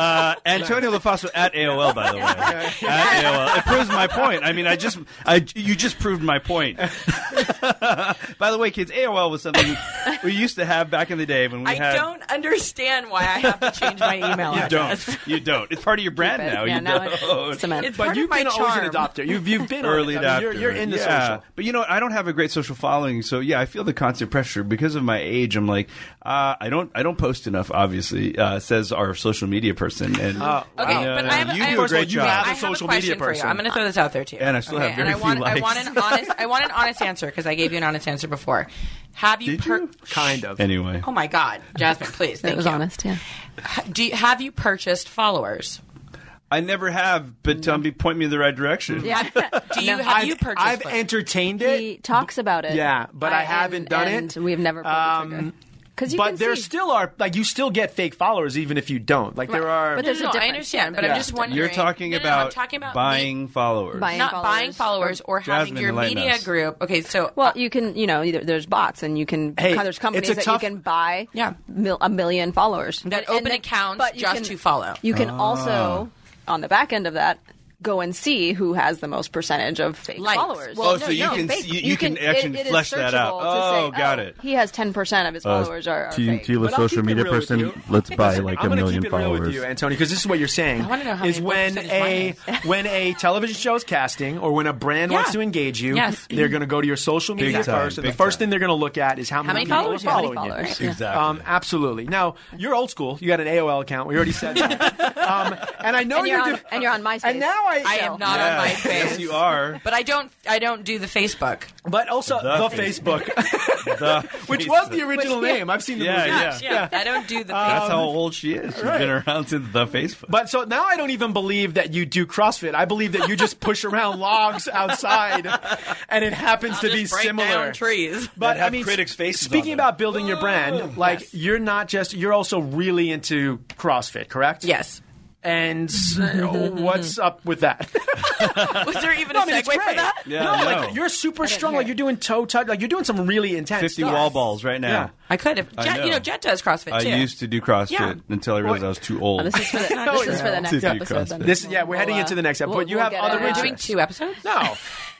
E: Uh, Antonio LaFaso at AOL, by the way. At AOL. It proves my point. I mean, I just, I, you just proved my point. by the way, kids, AOL was something we used to have back in the day when we
F: I
E: had.
F: don't understand why I have to change my email
E: You
F: address.
E: don't. You don't. It's part of your brand
G: But,
E: now.
G: yeah,
E: you
G: now
E: don't.
G: it's, it's a myth.
F: It's
B: But
F: part
B: you've
F: of my
B: been
F: charm.
B: always an adopter. You've, you've been on
E: early
B: it. I mean,
E: adopter.
B: you're, you're in the
E: yeah.
B: social.
E: But you know, I don't have a great social following, so yeah, I feel the constant pressure because of my age. I'm like, uh, I don't, I don't post enough. Obviously, uh, says our social media person. And
F: Okay,
E: I know,
F: but
E: no,
F: I have,
E: you
F: I
E: do
F: have,
E: a great
F: you
E: job.
F: have
B: I
F: a
B: have a
F: social
B: question
F: media
B: for you.
F: person. I'm going to throw this out there too.
E: And I still have very
F: and I
E: few
F: want,
E: likes.
F: I want an honest. I want an honest answer because I gave you an honest answer before. Have you?
E: Did
F: per-
E: you?
B: Kind of.
E: anyway,
F: Oh my God, Jasmine, please. Thank
G: It was
F: you.
G: honest. Yeah.
F: Do you, have you purchased followers?
E: I never have. But tell me, point me in the right direction.
G: Yeah.
F: Do you have
B: I've,
F: you purchased?
B: I've
F: them?
B: entertained it.
G: he talks about it.
B: Yeah, but I
G: and-
B: haven't done
G: and
B: it.
G: We've never pulled the trigger.
B: Um,
G: 'Cause you
B: but
G: can
B: there
G: see.
B: still are like you still get fake followers even if you don't. Like there
G: Right.
B: are.
G: But
F: No, no,
G: There's a
F: no, I
G: difference.
F: understand, but
B: Yeah.
F: I'm just wondering.
E: You're talking,
F: No, no, no,
E: about
F: I'm talking about
E: buying followers.
G: Buying
F: not buying followers or having
E: Jasmine,
F: your
E: enlighten
F: media
E: us.
F: group. Okay, so
G: Well, you can, you know, either- there's bots, and you can.
B: Hey,
G: there's companies
B: it's a
G: that
B: tough-
G: you can buy.
F: Yeah.
G: mil, a million followers
F: That
G: And
F: open
G: then-
F: accounts
G: but you
F: just
G: can-
F: to follow.
G: You
E: Ah.
G: can also, on the back end of that, go and see who has the most percentage of fake
F: Likes.
G: followers.
F: Well,
E: Oh, so no, you no, can fake. see- you can actually
G: it is
E: flesh that out.
G: searchable to say,
E: Oh, got it. Uh,
G: He has 10% of his followers are, are
I: Team
G: fake.
I: Tila
B: But I'll
I: social
B: keep it
I: media
B: real with
I: person.
B: you.
I: Let's buy like
B: I'm
I: a
B: gonna
I: million
B: keep it real with
I: followers.
B: you, Antonio, because this is what you're saying. I
F: wanna know how
B: is
F: many
B: when
F: percentage mine
B: a when a television show is casting or when a brand
F: Yeah.
B: wants to engage you,
F: Yes.
B: they're going to go to your social media
E: time,
B: first, and the
E: big
B: first
E: time.
B: thing they're going to look at is how,
F: How many
B: people are
F: followers you have,
B: following
G: how many
B: you.
G: followers.
E: Exactly.
B: Um, absolutely. Now you're old school. You got an AOL account. We already said that. um, and I know
G: And you're,
B: do-
G: on, and you're on MySpace.
B: And now I,
F: I am not on
E: Yeah.
F: MySpace.
E: Yes, you are.
F: But I don't. I don't do the Facebook.
B: But also the,
E: The
B: Facebook,
E: The-
B: which was the original name. I've seen the
E: Yeah,
B: movie.
E: yeah. Uh,
F: I don't do the
E: That's
F: Facebook.
E: how old she is. She's been around since the Facebook.
B: Um, But so now I don't even believe that you do CrossFit. I believe that you just push around logs outside, and it happens to
F: Just
B: be
F: break
B: similar.
F: down trees.
B: But
E: That have
B: I mean,
E: critics' faces
B: speaking
E: on them.
B: about building your brand, like you're not just you're also really into CrossFit, correct?
F: Yes.
B: And so what's up with that?
F: Was there even
B: No,
F: a
B: I mean,
F: segue
B: it's
F: for
B: great.
F: that?
E: Yeah,
B: no, like
E: no.
B: you're super strong. Like you're doing toe touch. Like you're doing some really intense.
E: 50
B: stuff.
E: wall balls right now.
F: I could have.
E: I
F: Jet,
E: know.
F: You know, Jet does CrossFit
E: I
F: too.
E: used to do CrossFit
F: Yeah.
E: until I realized I was too
C: Oh,
E: old.
G: This is for the, this is for the next
E: To do
G: episode. Then.
E: CrossFit.
B: This, yeah, we're heading
G: We'll, uh,
B: into the next episode.
G: we'll-
B: but you
G: we'll
B: have
G: get
B: other
G: it out.
F: We're
B: interests.
F: doing two episodes.
B: No.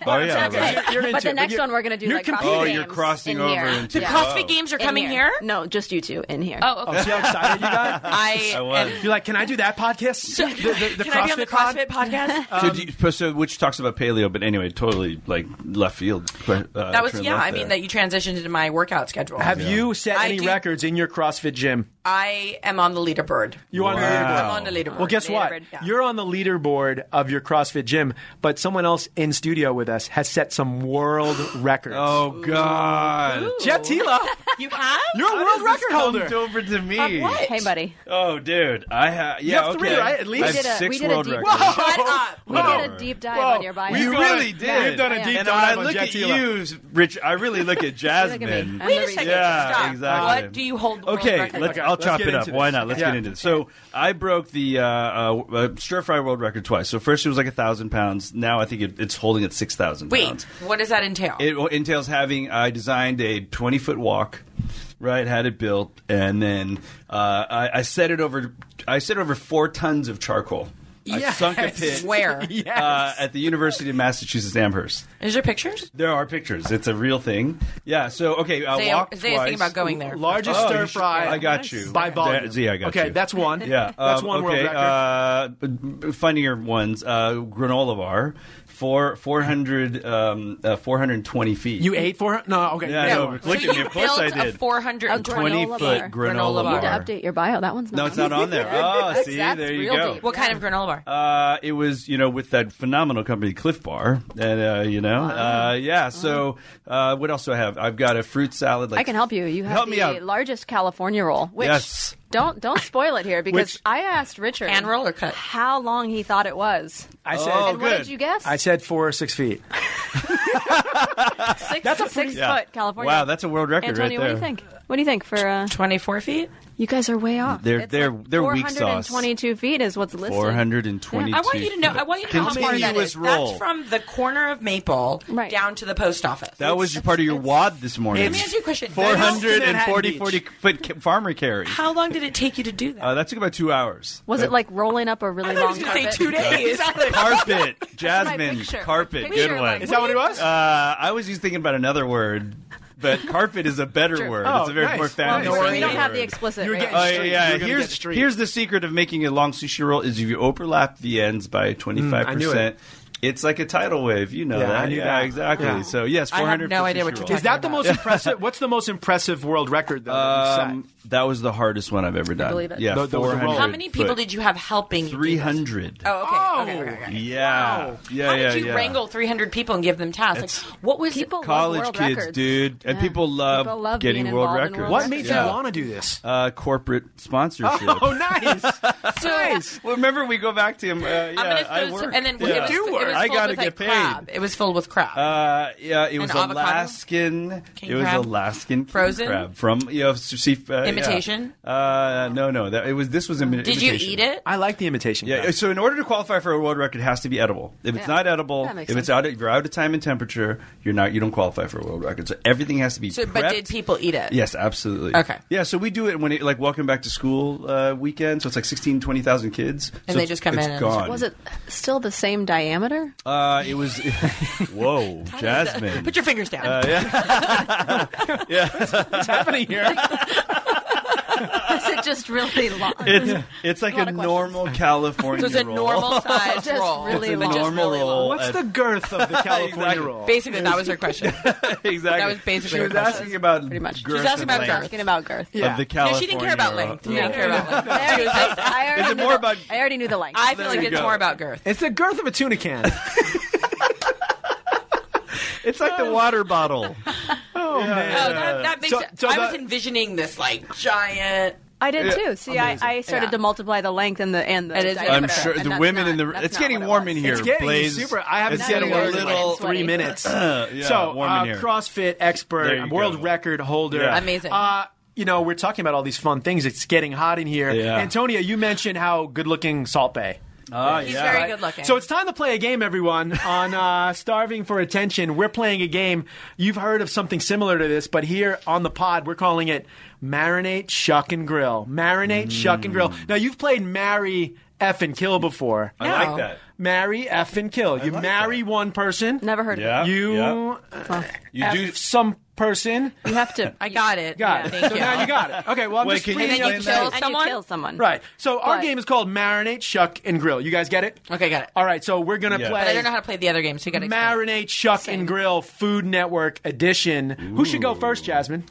E: oh, yeah.
F: Exactly.
E: right.
B: You're, you're into
G: But the
B: it,
G: next
B: you're-
G: one we're gonna do
B: you're
G: like
B: competing.
E: Oh,
G: CrossFit
E: you're
G: games
E: crossing
G: in
E: over
G: here.
E: into
F: The CrossFit games are
G: In
F: coming here.
G: No, just you two in here.
F: Oh, okay.
B: See how excited you got?
F: I,
E: I was.
F: am-
B: You're like, can I do that podcast? The- the- the
F: can I be on the
B: pod?
F: CrossFit podcast?
B: Um,
E: so, do you, so which talks about paleo, but anyway, totally like left field. Uh,
F: that was yeah. I mean that you transitioned into my workout schedule.
B: Have you set
F: I
B: any
F: do-
B: records in your CrossFit gym?
F: I am on the leaderboard.
B: You on the
E: Wow.
B: leaderboard?
F: I'm on the leaderboard.
B: Well, guess what?
F: Leaderboard, yeah.
B: You're on the leaderboard of your CrossFit gym, but someone else in studio with us has set some world records.
E: Oh God!
B: Jet Tila,
F: You have?
B: you're a world record holder.
E: Jumped over to me.
C: Uh,
F: Of what?
G: Hey, buddy.
E: Oh, dude, I have. Yeah,
B: have three,
E: okay.
B: right, at least? We
E: I have
G: did a-
E: six
G: we did a
E: world
G: deep-
E: records.
F: Shut up.
G: We did
E: Whoa.
G: a deep dive
B: Whoa.
G: on your bio.
B: We
E: You
B: We've
E: really
B: done
E: did.
B: We've done a deep
E: and
B: dive
E: I
B: on
E: look
B: Jet
E: at you,
B: Tila.
E: Rich. I really look at
G: at me.
E: Jasmine.
G: I'm
F: Wait
G: the
F: a second.
E: Yeah,
F: Stop.
E: exactly.
F: What do you hold the world
E: Okay,
F: record
E: let's.
F: for?
E: I'll
B: Let's
E: chop
B: get
E: it up.
B: into
E: Why
B: this.
E: not? Let's
B: Yeah.
E: get into this. So I broke the uh, uh, uh, stir fry world record twice. So first it was like a thousand pounds. Now I think it, it's holding at six thousand.
F: Wait, what does that entail?
E: It w- entails having. I designed a 20 foot walk, right? Had it built, and then uh, I, I set it over. I set over four tons of charcoal. I
B: Yes.
E: sunk a pit.
F: Where?
E: Uh, at the University of Massachusetts Amherst.
F: Is there pictures?
E: There are pictures. It's a real thing. Yeah. So okay, uh,
F: Zay,
E: walk
F: Zay's
E: twice.
F: thinking about going there.
B: Largest
E: Oh,
B: stir
E: you should-
B: fry.
E: I got you.
B: By volume.
E: There- yeah, I got
B: okay,
E: you.
B: that's one.
E: Yeah,
B: that's
E: um,
B: one world
E: okay,
B: record.
E: uh, b- b- funnier ones. Uh, granola bar, four four hundred um, uh, four hundred twenty feet.
B: you ate for her? No, okay.
E: Yeah, I
B: yeah.
E: know.
F: So
E: Look at me.
F: you
E: Of course
F: built
E: I
F: a
E: did.
F: 400
G: A
E: twenty
G: granola
E: foot
G: bar.
E: granola
F: Granola
E: bar.
F: bar.
G: You need to update your bio. That one's not.
E: No, it's not on there. Oh, see,
G: That's
E: there you
G: real
E: go.
G: deep.
F: What kind of granola bar?
E: Uh, it was, you know, with that phenomenal company Cliff Bar, and uh, you know, uh, yeah. So, uh, what else do I have? I've got a fruit salad. Like,
G: Uh-huh. I can help you. You have
E: help
G: the
E: me out.
G: largest California roll. Which
E: Yes.
G: Don't don't spoil it here because
E: Which-
G: I asked Richard
F: Hand roll or cut?
G: how long he thought it was.
B: I said,
E: Oh,
G: and what
E: good.
G: did you guess?
B: I said four or six feet.
G: six, that's a six
E: Yeah.
G: foot California.
E: Wow, that's a world record
G: Antonio,
E: right there.
G: what do you think? What do you think for? Uh,
F: 24 feet?
G: you guys are way off.
E: They're- they're- they're weak sauce.
G: 422 feet is what's listed.
E: Four hundred and twenty.
F: I want you to know. I want you to know how far that
E: Continuous
F: is.
E: roll.
F: That's from the corner of Maple
G: Right.
F: down to the post office.
E: That was part of your wad this morning.
F: Let me ask you a question.
E: Four hundred and
B: Manhattan
E: forty
B: Beach.
E: forty foot ca- farmer carry.
F: How long did it take you to do that?
E: Uh, that took about two hours.
G: Was it like rolling up a really
F: I thought he was
G: long
F: going to
G: carpet?
F: say two days.
E: Carpet,
G: my
E: jasmine,
G: picture.
E: carpet,
G: Picture,
E: good
G: like,
E: one.
G: Is
B: that what it was?
E: Uh, I was just thinking about another word, but carpet is a better word.
B: Oh,
E: it's a very
B: nice.
E: more family.
B: Well,
G: We
E: friendly
G: don't have
E: word.
G: the explicit.
B: You were
G: right?
B: getting
E: Oh
B: Street.
E: yeah,
B: You're gonna
E: here's
B: get street.
E: here's the secret of making a long sushi roll is if you overlap the ends by twenty five
B: Mm, I knew it.
E: percent, it's like a tidal wave. You know
B: Yeah, I
E: that,
B: knew
E: yeah,
B: that.
E: exactly.
B: Yeah.
E: So yes,
F: I have
E: four hundred.
F: no idea what you're
B: Is that the most impressive? What's the most impressive world record though? that you
E: Um, that was the hardest one I've ever done.
G: believe it.
E: Yeah,
B: Th- those are
E: four hundred.
B: rolls.
F: How many people did you have helping? you do this?
E: Three hundred.
F: Oh, okay.
B: Oh.
F: okay, okay, okay.
E: Yeah, yeah,
F: How
E: yeah.
F: did you
E: yeah.
F: wrangle 300 people and give them tasks?
E: It's-
F: like, what was
G: People
E: College
G: love world
E: kids,
G: records.
E: dude, and
G: Yeah.
E: people love,
G: People love
E: getting
G: being
E: world
G: involved in
E: records.
G: world
B: What made
E: Yeah.
B: you want to do this?
E: Uh, corporate sponsorship.
B: Oh, nice.
F: So,
E: Well, remember we go back to him. Uh, yeah,
F: I'm gonna,
E: I
F: so-
E: work.
F: and then
E: yeah.
F: it was, it was
E: I
F: filled
E: gotta
F: with,
E: get
F: like,
E: paid.
F: Crab. It was filled with crab.
E: Uh, yeah, it was
F: An avocado?
E: Alaskan.
F: King
E: it was
F: crab?
E: Alaskan king
F: Frozen?
E: crab from you know, sea, uh, yeah.
F: Imitation?
E: Uh, no, no, that, it was. This was imi-
F: did you
E: imitation.
F: eat it?
B: I like the imitation.
E: Yeah. uh,
B: crab.
E: So in order to qualify for a world record, it has to be edible. If it's
G: Yeah.
E: not edible,
G: That
E: if
G: makes
E: it's
G: sense.
E: out, if you're out of time and temperature, you're not. You don't qualify for a world record. So everything has to be.
F: So, but
E: prepped.
F: did people eat it?
E: Yes, absolutely.
F: Okay.
E: Yeah, so we do it when it like welcome back to school uh, weekend. So it's like 16, 20,000 kids.
F: And
E: So
F: they just come
E: it's
F: in and-
E: gone.
G: Was it still the same diameter?
E: Uh, it was. whoa, Jasmine.
F: Put your fingers down.
B: What's happening here?
G: Is it just really long?
E: it's it's like
G: lot
E: a
G: of questions.
E: normal California
F: so it's a
E: roll.
F: normal size
G: Just
F: roll.
G: really
F: But just
E: long. Normal
F: really long.
E: roll.
B: What's the girth of the California
E: Exactly.
B: roll?
F: Basically, that was her question.
E: exactly.
F: That was basically
E: she
F: her
E: was
F: question.
E: asking about
G: Pretty much. She
E: girth
G: was
E: and
F: asking about
E: length
F: girth.
G: Asking about girth.
E: of the California.
F: No, she didn't care about
E: roll.
F: length. She didn't care about length.
G: I already, I, I already
E: it
G: knew
E: more
G: the-
E: about-
G: I already knew the length.
F: I feel like
E: you
F: it's
E: go.
F: more about girth.
B: It's the girth of a tuna can.
E: It's like the water bottle.
F: Oh, that, that makes
B: So-
F: sense.
B: so
F: I was
B: that-
F: envisioning this like giant.
G: I did too. See, I, I started
F: Yeah.
G: to multiply the length and the and the.
F: It is-
G: diameter,
E: I'm sure
G: and
E: the
G: that's
E: women
G: not-
E: in the.
G: that's
E: It's
G: not
E: getting
G: what it
E: warm
G: was.
E: in here.
B: It's getting
E: Blaze.
B: super. I haven't
E: it's
B: seen
E: getting
B: it
E: a
B: in
E: little.
B: like three
G: Sweaty.
B: minutes.
E: yeah,
B: so,
E: warm
B: uh,
E: in here.
B: CrossFit
E: There you
B: expert, world
E: go.
B: record holder,
E: Yeah.
F: Amazing.
B: Uh, you know, we're talking about all these fun things. It's getting hot in here.
E: Yeah.
B: Antonia, you mentioned how good-looking Salt Bay.
E: Ah,
F: He's
E: yeah.
F: very good looking.
B: So it's time to play a game, everyone. On uh, starving for attention, we're playing a game. You've heard of something similar to this, but here on the pod, we're calling it marinate, shuck, and grill. Marinate,
E: Mm.
B: shuck, and grill. Now you've played marry, f, and kill before.
E: I like that.
B: Marry, f, and kill. You
E: like
B: marry
E: that.
B: one person.
G: Never heard
E: Yeah.
G: of
B: You
E: yeah.
G: it.
E: You
B: f
E: do.
B: some person.
G: You have to.
F: I got it.
B: Got
F: Yeah,
B: it.
F: Thank
B: so
F: you.
B: now you got it. Okay. Well, I'm
E: Wait,
B: just
E: can you
B: reading
F: and then you
E: explain
F: kill
E: that?
G: I
F: someone.
G: need to kill someone.
B: Right. So our
G: But-
B: game is called Marinate, Shuck, and Grill. You guys get it?
F: Okay, got it.
B: All right. So we're gonna
E: Yeah.
B: play.
F: But I don't know how to play the other game, so you got to
B: Marinate, Shuck, and Grill Food Network Edition. Who should go first, Jasmine?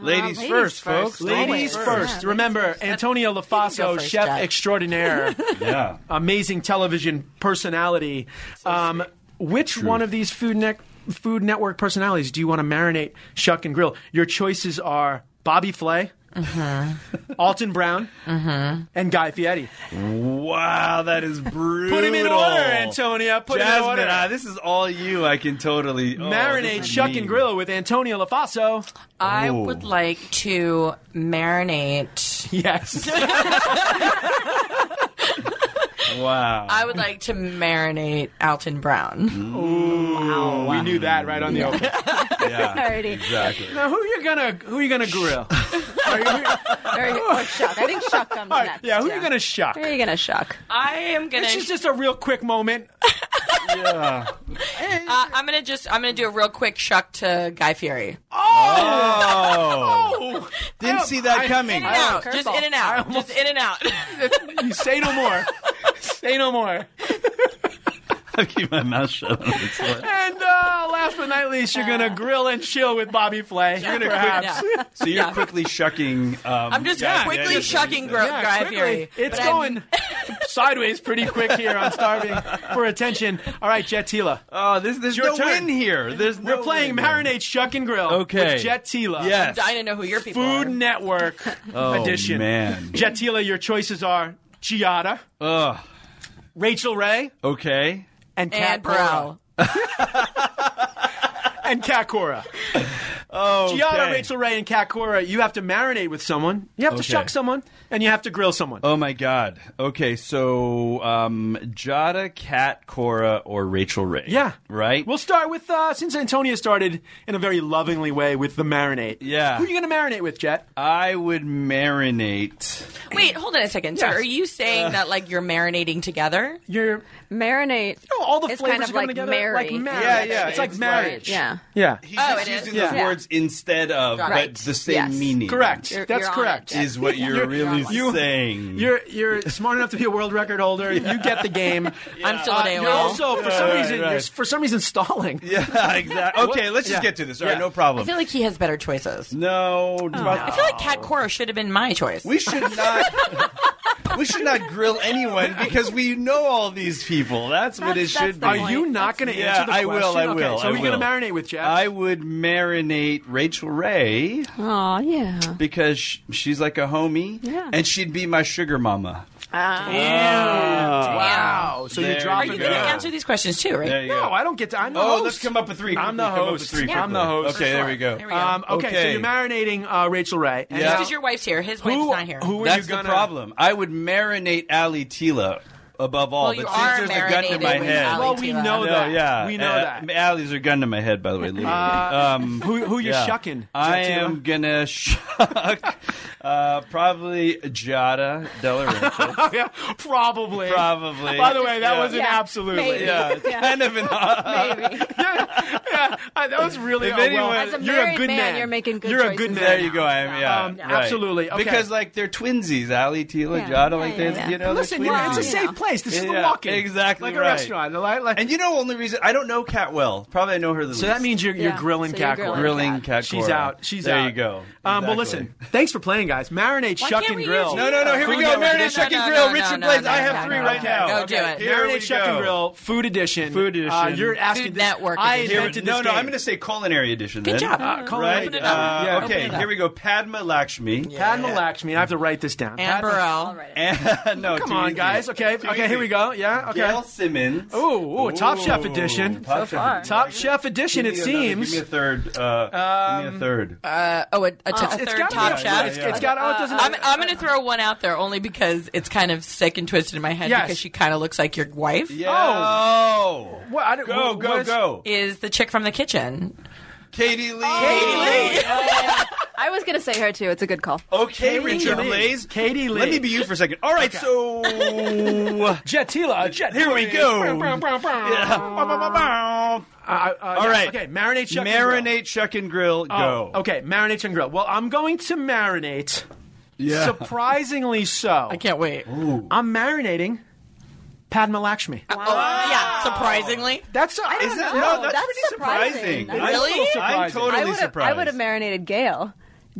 E: Ladies,
G: ladies
E: first,
G: first.
E: folks.
B: Ladies
E: Always.
B: Uh, first. Remember, Antonio Lafaso,
F: first,
B: chef
F: Jack.
B: extraordinaire,
E: Yeah.
B: amazing television personality. Um, which one of these Food, ne- food Network personalities do you want to marinate, Shuck, and Grill? Your choices are Bobby Flay, Uh-huh. Alton Brown, and Guy Fieri.
E: Wow, that is brutal.
B: Put him in order, Antonia. Put
E: Jasmine,
B: him in order.
E: ah, this is all you. I can totally oh,
B: Marinate
E: this is
B: Chuck
E: mean.
B: and Grill with Antonio LaFaso.
F: I would like to marinate.
B: Yes.
E: Wow.
F: I would like to marinate Alton Brown.
B: We knew that right on the open.
E: yeah,
G: Alrighty.
E: exactly.
B: Now, who you gonna who you gonna grill? Are you-
G: Very good. Or shuck. I think shuck comes
B: all right,
G: next.
B: yeah, who you gonna shuck?
G: Who are you gonna shuck?
F: I am gonna.
B: This is just a real quick moment.
F: uh, I'm gonna just. I'm gonna do a real quick shuck to Guy Fieri.
E: Oh,
B: Oh,
E: didn't see that coming.
F: In and out.
G: curveball.
F: Just in and out. just in and out.
B: you say no more. say no more.
E: I keep my mouth shut. On this one.
B: And uh, last but not least, you're gonna grill and chill with Bobby Flay. You're gonna
F: Yeah.
B: perhaps.
E: So you're quickly shucking. Um,
F: I'm just
E: yeah,
F: quickly
E: yeah, yeah.
F: shucking Gro-
B: Yeah,
F: Guy
B: quickly.
F: Fieri.
B: It's
F: But I'm-
B: going sideways pretty quick here on starving for attention. All right, Jet Tila.
E: Oh, this, there's
B: Your
E: no
B: turn.
E: win here. There's
B: We're
E: no
B: playing
E: win.
B: Marinade Shuck and Grill
E: Okay.
B: with Jet Tila.
F: I'm
E: Yes.
F: dying to know who your people
B: Food
F: are.
B: Network
E: Oh,
B: edition.
E: man.
B: Jet Tila, your choices are Giada,
E: Ugh.
B: Rachel Ray,
E: Okay.
B: and Cat
F: And Brow.
B: And Kat Cora.
E: Oh,
B: Giada, Rachel Ray, and Kat Cora, you have to marinate with someone. You have to
E: Okay.
B: shuck someone, and you have to grill someone.
E: Oh my God. Okay, so um, Jada, Kat, Cora, or Rachel Ray.
B: Yeah.
E: Right.
B: We'll start with, uh, since Antonia started in a very lovingly way with the marinate.
E: Yeah. Uh,
B: Who are you going to marinate with, Jet?
E: I would marinate.
F: Wait, hold on a second. So,
B: Yes.
F: are you
B: Uh.
F: saying that like you're marinating together?
B: You're,
G: Marinate.
B: oh, all the
G: It's
B: flavors
G: kind of
B: are coming
G: like
B: together.
G: Mary.
B: Like marriage.
E: Yeah, yeah,
B: It's like
E: it's
B: marriage.
G: Yeah.
B: Yeah.
E: He's
F: Oh,
E: just
F: it is?
E: using those
B: Yeah.
E: words instead of,
F: Right.
E: but the same
G: Yes.
E: meaning.
B: Correct.
G: You're-
B: That's
G: you're on it,
B: correct.
G: Jet.
E: Is what you're,
B: You're-
E: really
B: you're-
E: saying.
B: You're you're smart enough to be a world record holder. You get the game.
F: I'm still
B: Uh,
F: at AOL.
B: you're also for some
E: right,
B: reason
E: right.
B: you're s- for some reason stalling.
E: yeah, exactly. Okay, let's just
B: Yeah.
E: get to this. All right,
B: Yeah.
E: no
F: I
E: problem.
F: feel like he has better choices.
E: no,
F: I feel like Cat Cora should have been my choice.
E: we should not. we should not grill anyone because we know all these people. That's what it
G: That's-
E: should
G: that's
E: be.
G: the
B: Are
G: point.
B: you not going to
E: Yeah,
B: answer the
E: I will,
B: question?
E: I will,
B: Okay, so
E: I
B: are you going
E: will.
B: to marinate with Jeff?
E: I would marinate Rachel Ray
G: Aw, yeah.
E: because sh- she's like a homie,
G: Yeah.
E: and she'd be my sugar mama.
B: Uh, wow. So you're
E: There
F: Are
B: dropping
F: you
E: you
F: going to
E: go.
F: answer these questions too, right?
E: There you
B: No,
E: go.
B: I don't get to. I'm the
E: Oh,
B: host.
E: let's come up with three.
B: I'm the
E: quickly. Come up with
B: host.
E: three
B: Yeah. I'm the
E: quickly.
B: host.
E: Okay, there we go. Uh,
F: There we go.
B: Um, okay, so
E: Okay.
B: you're marinating uh, Rachel Ray. And
E: Yeah.
F: Because your wife's here. His wife's
B: who,
F: not here.
B: who are
E: That's
B: you gonna?
E: the problem. I would marinate Ali Tila above all,
F: Well, you
E: but
F: are
E: since there's a gun to
F: marinated
E: my
F: with
E: head,
F: Ali
B: Well, we
F: Tila.
B: know
E: no,
B: that.
E: yeah,
B: we know
E: uh,
B: that. Uh,
E: Ali's a gun to my head, by the way. literally. um,
B: Who who you're
E: yeah.
B: shucking?
E: I
B: Jet Tila?
E: am gonna shuck uh, probably Jada Delarentis.
B: yeah, probably.
E: probably.
B: By the way, that
E: Yeah.
B: was an
G: Yeah,
B: absolutely.
G: maybe.
E: yeah, it's kind of an odd.
G: Maybe.
B: yeah, yeah, I- that was really.
E: If
B: oh, well,
E: anyone- As a
B: you're a
G: married
B: good man,
G: man, you're making good
B: You're a
G: choices
B: good man.
G: now.
E: There you go. I am. Yeah,
B: Um,
E: right.
B: absolutely. Okay.
E: Because like they're twinsies, Ali Tila,
G: Yeah.
E: Jada. Like
G: Yeah,
E: they're
G: yeah, yeah.
E: you know. they're
B: Listen,
E: twinsies.
B: yeah, it's a
G: Yeah.
B: safe place. This is the
E: Yeah,
B: walking.
E: exactly
B: Like a
E: right.
B: restaurant. Like, like,
E: And you know, only reason I don't know Cat well. Probably I know her the least.
B: so that means you're, you're
G: Yeah,
B: grilling
G: so you're
B: Kakor.
G: grilling.
E: grilling Cat.
B: She's out. She's
E: there
B: out.
E: You go.
B: Um, Well,
E: Exactly.
B: listen. Thanks for playing, guys. Marinate,
F: Why
B: shuck,
F: can't
B: and
F: we
B: grill.
F: use
E: No, no, no. Here we
B: Food
E: go.
B: Network.
E: Marinate,
F: No,
E: Chuck
F: no,
E: and Grill.
F: no,
E: Richard
F: no,
E: Blaze.
F: no,
E: I
F: no,
E: have
F: no,
E: three
F: no,
E: right
F: no,
E: now.
F: no, do it.
E: Here
B: Marinate,
E: we
B: shuck,
E: go.
B: and grill. Food edition.
E: Food
B: Uh,
E: edition.
B: you're asking
F: Food
B: this-
F: network
B: I
F: edition.
E: Here-
B: invented
E: no,
B: this
E: no.
B: game.
E: I'm going to say culinary edition.
F: Good
E: then.
F: job.
B: Uh, call
E: Right.
B: Open it
E: Uh,
B: up. yeah.
E: Okay. Here we go. Padma Lakshmi.
B: Padma Lakshmi. I have to write this down.
F: and
B: Padma-
F: Burrell.
E: And- no.
B: Come
E: too
B: on,
E: easy.
B: guys. Okay.
E: Too
B: Okay.
E: easy.
B: Here we go. Yeah. Okay.
E: Gail Simmons.
B: Ooh, ooh, Top Chef
E: Ooh,
B: edition.
E: Top Chef
G: far.
E: edition.
B: Top Chef edition,
E: Give
B: it
E: me another-
B: seems. Um,
E: Give me a third. Uh, give me a third.
F: Uh, oh, a, a, t- a
B: It's
F: third
B: gotta
F: top
B: be a-
F: chef.
B: It's, it's got. Oh, it doesn't.
F: I'm, I'm going to throw one out there only because it's kind of sick and twisted in my head
B: Yes.
F: because she kind of looks like your wife.
E: Yeah. Oh.
B: what, I don't-
E: Go,
B: what
E: go,
B: is-
E: go.
F: Is the chick from the kitchen?
E: Katie Lee.
B: Oh.
G: I was gonna say her too. It's a good call.
E: Okay, Richard
B: Lee.
E: Blaze.
B: Katie Lee.
E: Let me be you for a second. All right, so.
B: Jet Tila. Jet.
E: Here we
B: Tila.
E: go.
B: Bow, bow, bow, bow. Uh,
E: Yeah.
B: uh, yeah,
E: All right.
B: Okay. Marinate. Chuck and grill.
E: Marinate, chuck, and grill. Go.
B: Oh, okay. Marinate and grill. Well, I'm going to marinate.
E: Yeah.
B: Surprisingly so.
F: I can't wait.
B: I'm marinating Padma Lakshmi.
F: Oh, yeah, surprisingly.
B: That's. I
E: Is that,
G: know.
E: no, that's,
G: That's
E: pretty surprising.
G: surprising.
E: I'm-
B: Really?
E: I'm
B: Surprising.
E: totally
G: I would have.
E: surprised.
G: I would have marinated Gail.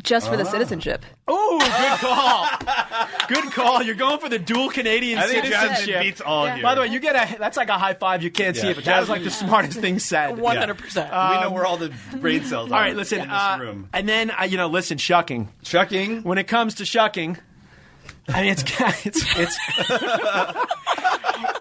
G: just for the citizenship.
B: Oh, good call. good call. You're going for the dual Canadian
E: I think
B: citizenship.
E: Jasmine beats all of you.
B: By the way, you get a that's like a high five. You can't see
E: Yeah.
B: it, but that was like the smartest thing said.
F: One hundred percent.
B: Uh,
E: we know where all the brain cells are.
B: All right, listen.
E: in this
B: uh,
E: room.
B: And then uh, you know, listen, shucking.
E: Chucking.
B: When it comes to shucking, I mean, it's it's it's
G: you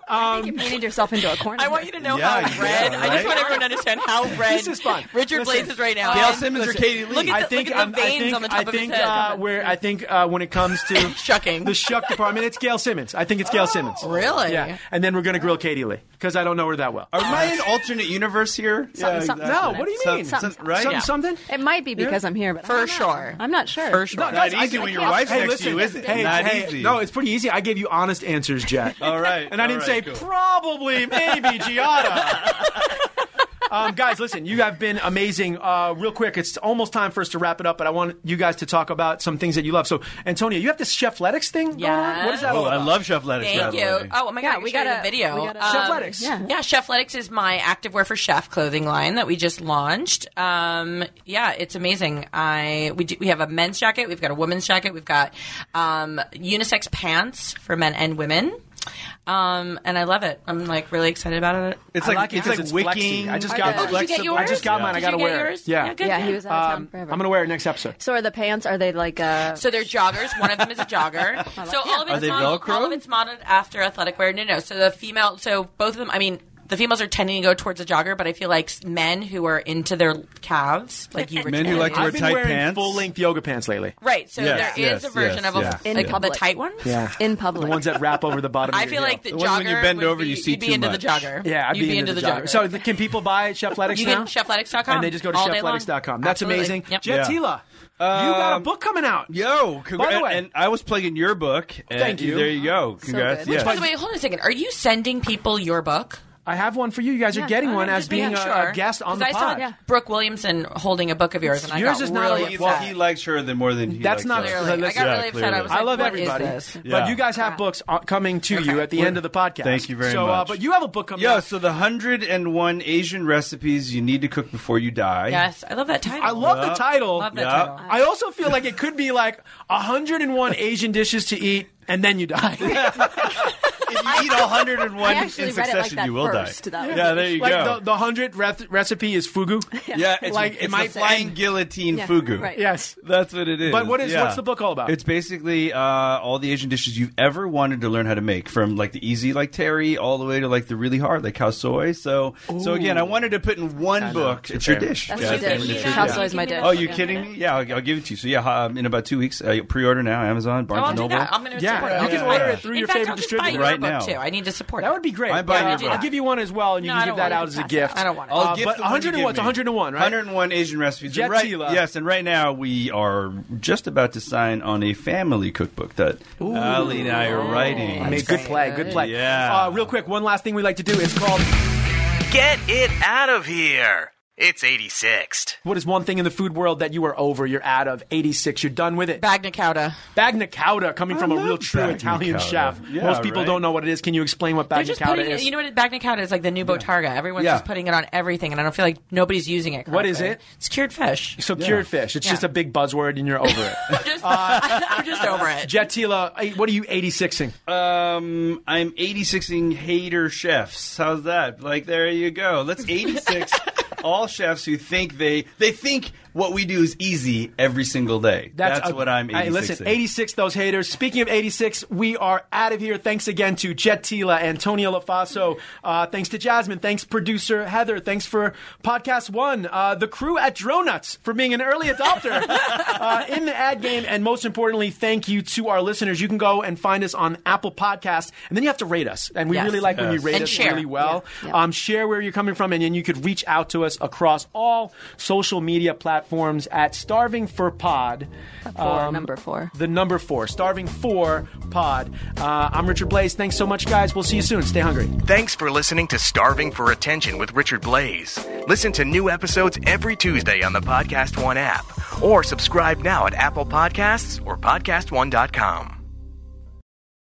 B: Um,
G: painted yourself into a corner.
F: I want you to know
E: Yeah,
F: how
E: yeah,
F: red. I
E: right?
F: just want everyone to understand how red
B: This is fun.
F: Richard
B: Listen,
F: Blaze is right now.
E: Gail
F: Um,
E: Simmons or
F: listen,
E: Katie Lee?
F: Look at the,
B: I think
F: look at the
B: I'm-
F: veins
B: I think,
F: on the
B: I
F: top
B: think,
F: of his head.
B: Uh, where I think uh, when it comes to
F: Shucking.
B: the shuck department, it's Gail Simmons. I think it's Gail Simmons.
F: Oh, really?
B: Yeah. And then we're gonna grill Katie Lee because I don't know her that well.
E: Am I in alternate universe here?
G: Something, something,
B: No,
G: something.
B: what do you
G: Some-
B: mean?
G: something,
E: Some- right?
B: Some-
E: Yeah.
B: Something.
G: It might be because I'm here, but I
F: For
G: don't know.
F: sure.
G: I'm not sure.
F: For sure.
B: No,
E: Not
B: guys, I-
E: easy
B: I
E: when your
B: can't-
E: wife's
B: hey,
E: next
B: listen,
E: to you, is it?
B: Hey,
E: Not
B: hey,
E: easy.
B: No, it's pretty easy. I gave you honest answers, Jack.
E: All right.
B: And I didn't say probably, maybe Giada. um, guys, listen, you have been amazing. Uh, real quick, it's almost time for us to wrap it up, but I want you guys to talk about some things that you love. So, Antonio, you have this Chefletics thing? going on?
F: Yes.
B: What is that
E: Oh,
B: all
E: I
B: about?
E: love Chef Lettuce. by
F: Thank
E: the
F: you.
E: way.
F: Oh my
G: Yeah,
F: god,
G: we
F: we got
G: gotta-
F: a video.
G: we gotta-
B: Chefletics.
G: Yeah.
F: Yeah, Chefletics is my activewear for chef clothing line that we just launched. Um, yeah, it's amazing. I we do, we have a men's jacket, we've got a women's jacket, we've got um, unisex pants for men and women. Um, and I love it. I'm like really excited about it.
E: It's
B: I
E: like,
B: like it
E: it's
B: 'cause
E: like
B: it's
E: wicking.
B: flexy. I just got
G: Oh, did
F: you get
B: I just got
F: yours?
B: mine. I
F: Did
B: got to
F: you get
B: wear
F: yours?
B: it. Yeah.
F: Yeah, good.
G: Yeah, he was out of town
B: Um, I'm
G: forever.
B: going to wear it next episode.
G: so are the pants? Are they like uh,
F: So they're joggers. One of them is a jogger. so all of
E: Are
F: it's
E: they
F: modeled,
E: Velcro?
F: all of it's modeled after athletic wear. No, no. So the female. So both of them. I mean. The females are tending to go towards a jogger, but I feel like men who are into their calves, like you, Richard,
E: Men who like to
B: I've
E: wear
B: been
E: tight
B: wearing
E: pants.
B: full length yoga pants lately.
F: right? So
E: Yes,
F: there
E: yes,
F: is a version
E: yes,
F: of a
E: yeah.
F: like
G: In
F: the
G: public.
F: tight ones.
B: Yeah.
G: in public?
B: The ones that wrap over the bottom. of
F: I
B: your
F: feel
B: heel.
F: like the
E: ones
F: jogger.
E: when you bend
F: would
E: over,
F: be-
E: you see
F: you'd be
E: too
F: into
E: much.
F: the jogger.
B: Yeah, I'd
F: you'd be into the jogger.
B: So th- can people buy Chefletics
F: you
B: now?
F: can chefletics.com
B: and they just go to
F: all day long.
B: chefletics.com. That's
F: Absolutely.
B: amazing.
F: Yep.
B: Jet
E: Yeah.
B: Tila, you got a
E: Um,
B: book coming out.
E: Yo,
B: By the
E: congrats.
B: way-
E: And I was plugging your book. and
B: Thank you.
E: There you go. Congrats.
G: good.
E: yes.
F: By the way, hold on a second. Are you sending people your book?
B: I have one for you. You guys are getting
G: I
B: one
G: know,
B: as
G: just
B: being a,
F: Making
B: a guest on the
F: Because I
B: pod.
F: saw Brooke Williamson holding a book of yours, and I
B: Yours
F: got
B: is not
F: really
B: a-
F: upset.
E: Well, he likes her than more than he
B: That's
E: likes
B: not-
E: us.
F: Clearly. I
B: Listen-
F: got
E: Yeah,
F: really upset. I
E: clearly.
F: was like,
B: I love
F: what is
B: everybody,
F: this?
E: Yeah.
B: but you guys have books uh, coming to you at the end of the podcast.
E: Thank you very
B: so, Uh,
E: much.
B: but you have a book coming
E: Yeah,
B: out.
E: so the 101 Asian recipes you need to cook before you die.
F: Yes, I love that title.
B: I love the
E: Yeah.
B: title.
F: Love that
E: Yeah.
F: title.
B: I also feel like it could be like 101 Asian dishes to eat and then you die.
E: If you eat all 101
G: I
E: in
G: actually read it like
E: succession,
G: that
E: you will
G: first.
E: die.
G: That was-
E: Yeah, there you
B: like
E: go.
B: the, the 100th rec- recipe is fugu.
E: yeah,
B: like,
E: it's like
B: it
E: it's
B: might
E: the flying guillotine fugu.
G: right.
B: Yes.
E: That's what it is.
B: But what is-
E: Yeah.
B: what's the book all about?
E: It's basically uh, all the Asian dishes you've ever wanted to learn how to make, from like the easy like terry all the way to like the really hard like cow soy. So so again, I wanted to put in one book. It's your
B: favorite.
E: dish.
G: That's
E: Yeah,
G: my
E: it's your
G: dish.
E: dish.
G: Cow
E: Yeah.
G: soy is my dish.
E: Oh, you kidding me? Yeah, I'll, I'll give it to you. So yeah, um, in about two weeks, uh, pre-order now, Amazon,
F: Oh,
E: Barnes
F: I'll
E: and
F: do
E: Noble.
F: that. I'm going to
B: Yeah,
F: support
B: you
F: it.
E: can
F: I'll
E: order
F: buy
B: it through
F: In
B: your
F: fact,
B: favorite
F: I'll just buy
B: distributor.
F: your
E: Right
F: book,
E: now.
F: too. I need to support
B: That
F: it.
B: would be great.
E: I'm buying
B: But,
E: your
B: uh,
E: book.
B: I'll give you one as well, and you
F: No, I
B: can
F: don't
B: give that
F: want it.
B: out as a gift.
F: I don't want it.
E: I'll
B: Uh,
E: gift
B: but
E: the one you
B: 101, it's
E: give me.
B: 101, right?
E: 101 Asian recipes.
B: Jet
E: And right,
B: Tila.
E: Yes, and right now we are just about to sign on a family cookbook that Ali and I
F: Oh,
E: are writing.
B: I mean, good play, good play.
E: Yeah.
B: Uh, real quick, one last thing we like to do. It's called
I: Get it out of here. It's 86th.
B: What is one thing in the food world that you are over? You're out of 86. You're done with it.
F: Magna Cauda.
B: Bagna cauda, coming from a
E: love
B: real true
E: bagna
B: Italian
E: cauda.
B: chef.
E: Yeah,
B: Most people
E: right.
B: don't know what it is. Can you explain what
F: They're
B: bagna
F: just
B: cauda
F: putting
B: is?
F: it, you know what Magna Cauda is like the new Botarga. Everyone's
E: Yeah.
F: just putting it on everything, and I don't feel like nobody's using it.
B: What is
F: correctly.
B: it?
F: It's cured fish.
B: so cured fish. It's
F: Yeah.
B: just a big buzzword, and you're over it.
F: Just- I'm just over it.
B: Jetila, eh, what are you 86ing?
E: Um, I'm 86ing hater chefs. How's that? Like, there you go. Let's 86 all chefs who think they they think what we do is easy every single day. That's,
B: a-
E: what I'm 86ing.
B: Hey, listen, 86, those haters. Speaking of 86, we are out of here. Thanks again to Jet Tila, Antonio LaFaso. Uh, thanks to Jasmine. Thanks, producer Heather. Thanks for Podcast One. Uh, the crew at Dronuts for being an early adopter uh, in the ad game. And most importantly, thank you to our listeners. You can go and find us on Apple Podcasts, and then you have to rate us. And we
F: Yes.
B: really like when you
E: Yes.
B: rate
F: And
B: us
F: share.
B: really well.
G: Yeah.
B: Um, share where you're coming from, and then you could reach out to us across all social media platforms at Starving for Pod Um,
G: Four, number four.
B: the number four, starving four pod. Uh, I'm Richard Blaze. Thanks so much, guys. We'll see you soon. Stay hungry.
I: Thanks for listening to Starving for Attention with Richard Blaze. Listen to new episodes every Tuesday on the Podcast One app, or subscribe now at Apple Podcasts or PodcastOne.com.